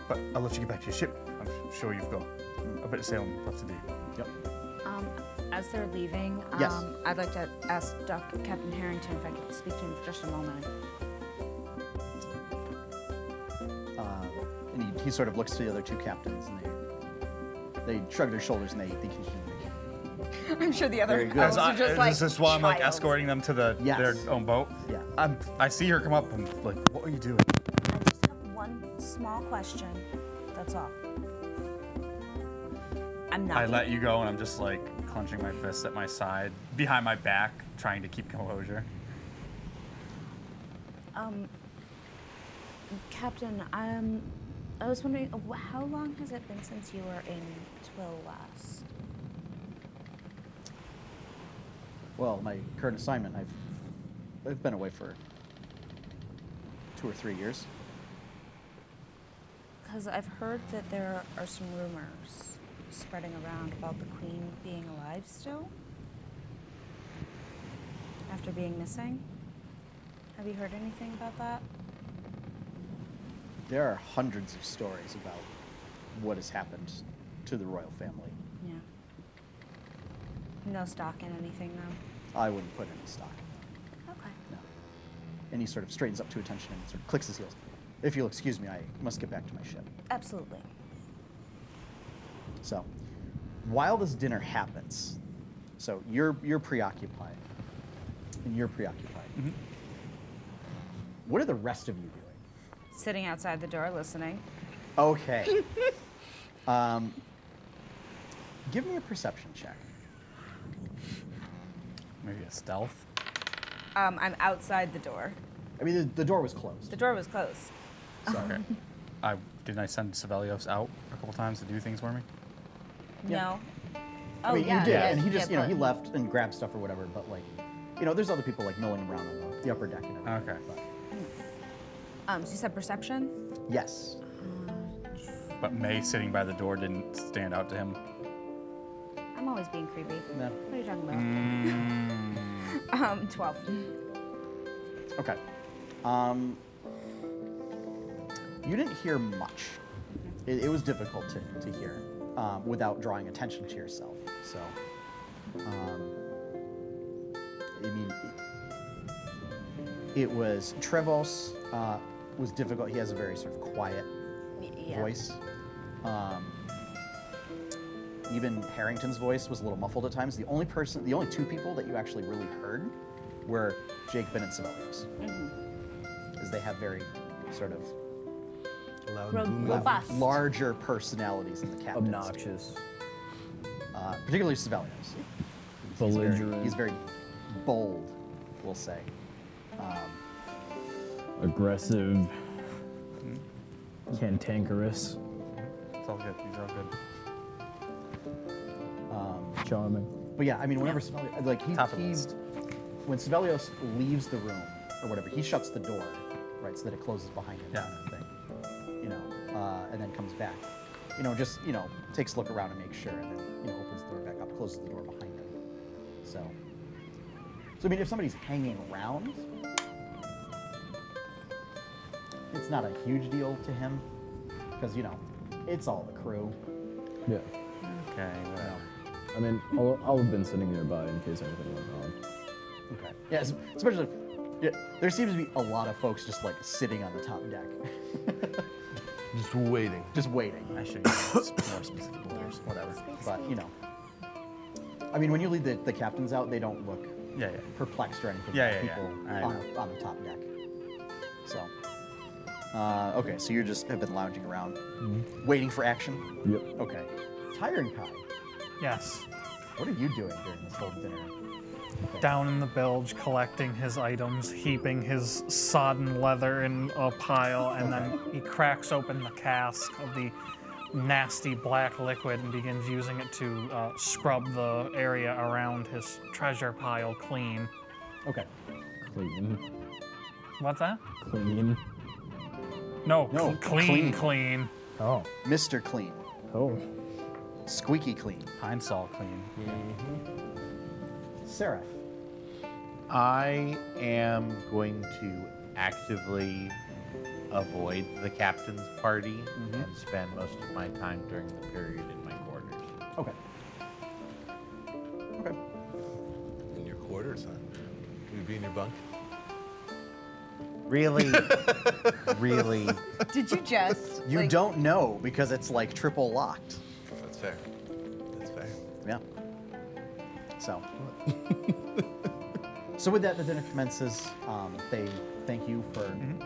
But I'll let you get back to your ship. I'm sure you've got a bit of sailing left to do.
Yep.
Um, as they're leaving, um,
Yes.
I'd like to ask Doc Captain Harrington if I could speak to him for just a moment.
Uh, and he, he sort of looks to the other two captains and they, they shrug their shoulders and they, they continue.
I'm sure the other
Very good.
elves
As I-
are just like.
this is why I'm like
child.
escorting them to the their own boat.
Yeah.
I'm, I see her come up and like, what are you doing?
One small question. That's all. I'm not.
I
gonna-
let you go and I'm just like clenching my fists at my side, behind my back, trying to keep composure.
Um, Captain, um, I was wondering, uh, wh- how long has it been since you were in Twill last?
Well, my current assignment, I've, I've been away for two or three years.
Because I've heard that there are some rumors spreading around about the Queen being alive still. After being missing. Have you heard anything about that?
There are hundreds of stories about what has happened to the royal family.
Yeah. No stock in anything, though.
I wouldn't put any stock.
Okay.
No. And he sort of straightens up to attention and sort of clicks his heels. If you'll excuse me, I must get back to my ship.
Absolutely.
So, while this dinner happens, so you're you're preoccupied, and you're preoccupied. What are the rest of you doing?
Sitting outside the door listening.
Okay. um, give me a perception check.
Maybe a stealth.
Um, I'm outside the door.
I mean, the, the door was closed.
The door was closed.
So I didn't I send Sevelios out a couple times to do things for me.
No. Oh,
I mean, you did, and he just,
yeah,
you know, he
but-
left and grabbed stuff or whatever. But like, you know, there's other people like milling around on the, the upper deck and everything. Okay.
Um, so you said perception?
yes.
But May sitting by the door didn't stand out to him.
I'm always being creepy.
No.
What are you talking about?
Mm.
Um, 12.
Okay. Um, you didn't hear much. It, it was difficult to, to hear um, without drawing attention to yourself. So, um, I mean, it, it was Trevos uh, was difficult. He has a very sort of quiet
yeah.
voice. Um, even Harrington's voice was a little muffled at times. The only person, the only two people that you actually really heard were Jake Bennett Sibelius, because they have very sort of uh,
Loud,
Ro- booming. robust.
larger personalities than the captains. Obnoxious. Uh, particularly Sibelius.
Belligerent.
He's very, he's very bold, we'll say. Um,
Aggressive. Cantankerous.
It's all good. These are all good.
um,
Charming.
But yeah, I mean, whenever Sibelius, like he,
Top of the
he-
list.
when Sibelius leaves the room or whatever, he shuts the door, right, so that it closes behind him. Yeah. Thing, you know, uh, and then comes back. You know, just you know, takes a look around and makes sure, and then you know, opens the door back up, closes the door behind him. So, so I mean, if somebody's hanging around, it's not a huge deal to him, because you know, it's all the crew.
Yeah.
Okay. uh, Well.
I mean, I'll, I'll have been sitting nearby in case anything went wrong.
Okay. Yeah, es- especially. Yeah, there seems to be a lot of folks just like sitting on the top deck.
Just waiting.
Just waiting.
I should use more specific orders. Whatever.
But you know, I mean, when you lead the, the captains out, they don't look
Yeah, yeah.
perplexed or anything.
Yeah,
like
yeah, yeah.
people
I
On, the- on the top deck. So, uh, okay, so you just have been lounging around,
Mm-hmm.
waiting for action.
Yep.
Okay, Tyron Kai.
Yes.
What are you doing during this whole dinner?
Down in the bilge, collecting his items, heaping his sodden leather in a pile, and then he cracks open the cask of the nasty black liquid and begins using it to uh, scrub the area around his treasure pile clean.
Okay.
Clean.
What's that?
Clean.
No,
No,
cl- clean,
clean.
clean.
Oh.
Mr. Clean.
Oh.
Squeaky Clean.
Pine saw clean.
Seraph.
I am going to actively avoid the captain's party
Mm-hmm.
and spend most of my time during the period in my quarters.
Okay. Okay.
In your quarters, huh? Will you be in your bunk?
Really? really?
Did you just?
You
like,
don't know because it's like triple locked.
That's fair. That's fair.
Yeah. So. so with that, the dinner commences. Um, they thank you for
Mm-hmm.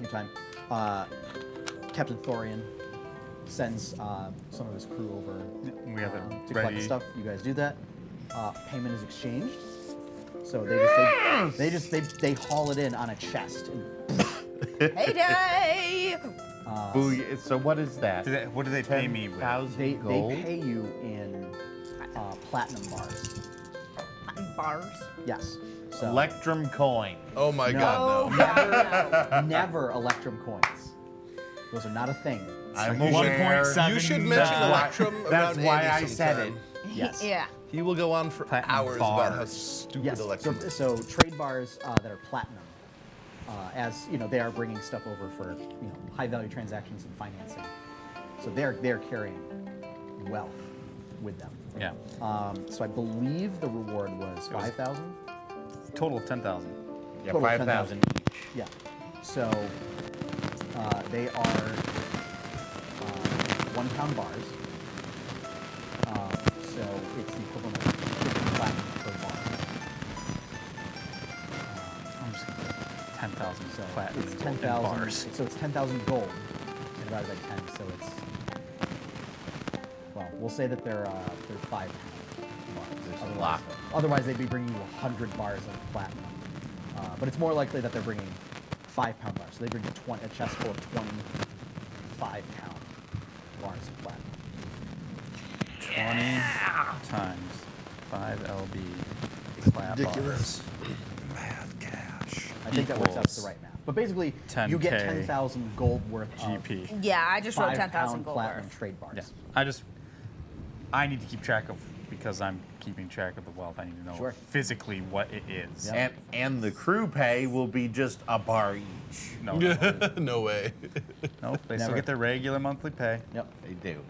your time. Uh, Captain Thorian sends uh, some of his crew over
we have it
um, to collect
ready.
stuff. You guys do that. Uh, payment is exchanged. So they just they, they just they, they haul it in on a chest. And,
Heyday!
uh,
Booy- so what is that?
Do they- what do they pay me with?
10,000
They,
gold?
they pay you in uh, platinum bars.
Bars.
Yes. So
Electrum coin.
Oh my
No.
god, no.
Uh,
never Electrum coins. Those are not a thing.
I'm
You should-
aware.
You should mention
That's why-
Electrum
That's
around
why
Andy
I said it.
sometime.
Yes.
yeah.
He will go on for hours about how
bars.
stupid
Yes.
Electrum
So, so trade bars uh, that are platinum, uh, as you know, they are bringing stuff over for you know high value transactions and financing. So they're they're carrying wealth with them.
Yeah.
Um, so I believe the reward was
was-
five thousand.
Total of ten thousand.
Yeah,
Total of
5,000 each.
Yeah. So uh, they are uh, one pound bars. Uh, so it's the equivalent of 50 platinum per bar. Uh,
I'm just gonna put 10,000
So
platinum
it's
in
10,000.
bars.
So it's 10,000 gold. And divided by 10, so it's. Well, we'll say that they're, uh, they're 5 pound bars.
There's a
Otherwise-
lot.
Otherwise, they'd be bringing you 100 bars of platinum. Uh, but it's more likely that they're bringing 5 pound bars. So they bring you 20, a chest full of 25 pound bars of platinum.
20 times 5 LB. flat
ridiculous.
bars.
I think that works out to the
Equals
right math. But basically, you
10K
get 10,000 gold worth
GP.
of.
Yeah, I just wrote
five
10,000
pound
gold
platinum
worth.
trade bars.
Yeah, I just I need to keep track of because I'm keeping track of the wealth. I need to know
Sure.
physically what it is.
And and the crew pay will be just a bar each.
No, no,
no way.
nope, they still
Never.
get their regular monthly pay.
Yep,
they do.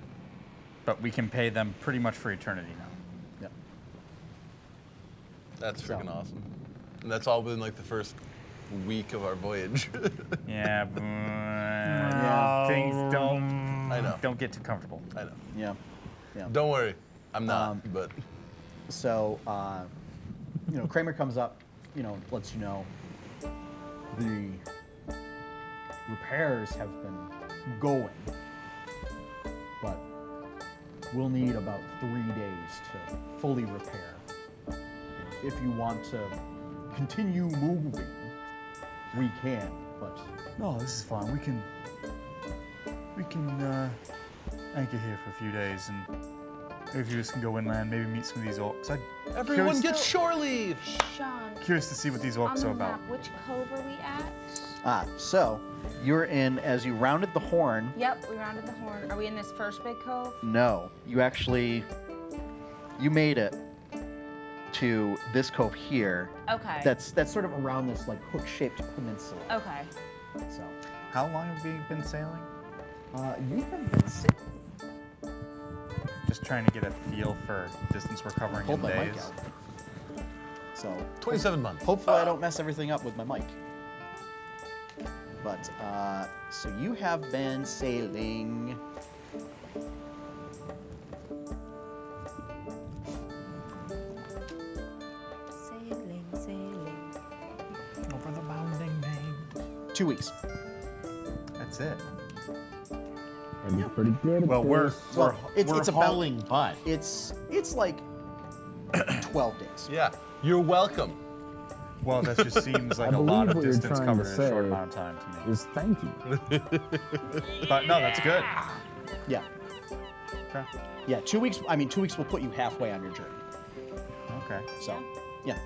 But we can pay them pretty much for eternity now.
That's freaking awesome. And that's all within like the first week of our voyage.
Yeah, but things don't
I
Mm,
know.
don't get too comfortable.
I know.
Yeah. Yeah.
Don't worry, I'm not.
Um,
but
so uh, you know, Kramer comes up, you know, lets you know the repairs have been going, but we'll need about three days to fully repair. If you want to continue moving, we can, but
No, this is fine. We can we can uh, anchor here for a few days, and maybe you just can go inland. Maybe meet some of these orcs. I
everyone
curious,
gets shore leave.
Sean.
curious to see what these orcs
on
are
the
about.
map, which cove are we at?
ah, so you're in as you rounded the horn.
Yep, we rounded the horn. Are we in this first big cove?
No, you actually you made it to this cove here.
Okay.
That's that's sort of around this like hook-shaped peninsula.
Okay.
So,
how long have we been sailing?
Uh, you have been sa-
Just trying to get a feel for distance we're covering
Hold
in
my mic
days.
out. So
27 months.
Hopefully, I don't mess everything up with my mic. But uh, so you have been sailing.
Sailing, sailing.
Over the bounding main.
Two weeks.
That's it.
I'm pretty good at
Well, we're
this.
we're,
it's-
we're
it's about-
hauling butt.
It's it's like 12 days.
Yeah, you're welcome.
Well, that just seems
I
like a
believe
lot of
what you're
distance
trying to
covered in a short
say
amount of time to me.
is thank you.
But no, that's good.
Yeah. Yeah, two weeks. I mean, two weeks will put you halfway on your journey.
Okay.
So, yeah.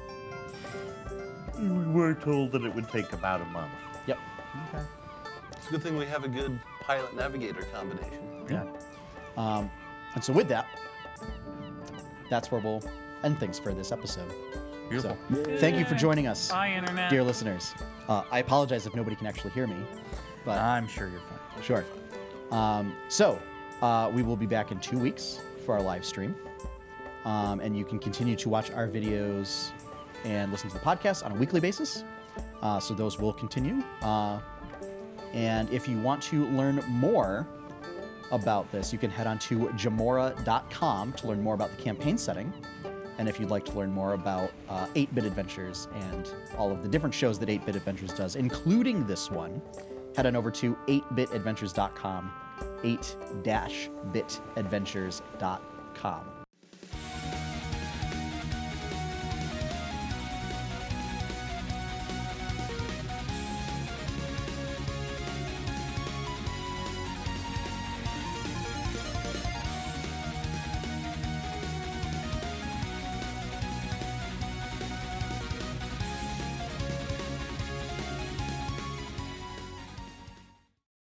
We were told that it would take about a month.
Yep.
Okay.
It's a good thing we have a good pilot navigator combination.
Yeah. Um, and so with that, that's where we'll end things for this episode.
Beautiful.
So, thank you for joining us,
Bye, Internet.
dear listeners. Uh, I apologize if nobody can actually hear me, but
I'm sure you're fine.
Sure. Um, so uh, we will be back in two weeks for our live stream, um, and you can continue to watch our videos and listen to the podcast on a weekly basis. Uh, so those will continue. Uh, and if you want to learn more about this, you can head on to jamora.com to learn more about the campaign setting. And if you'd like to learn more about uh, 8-Bit Adventures and all of the different shows that 8-Bit Adventures does, including this one, head on over to 8bitadventures.com, 8-bitadventures.com.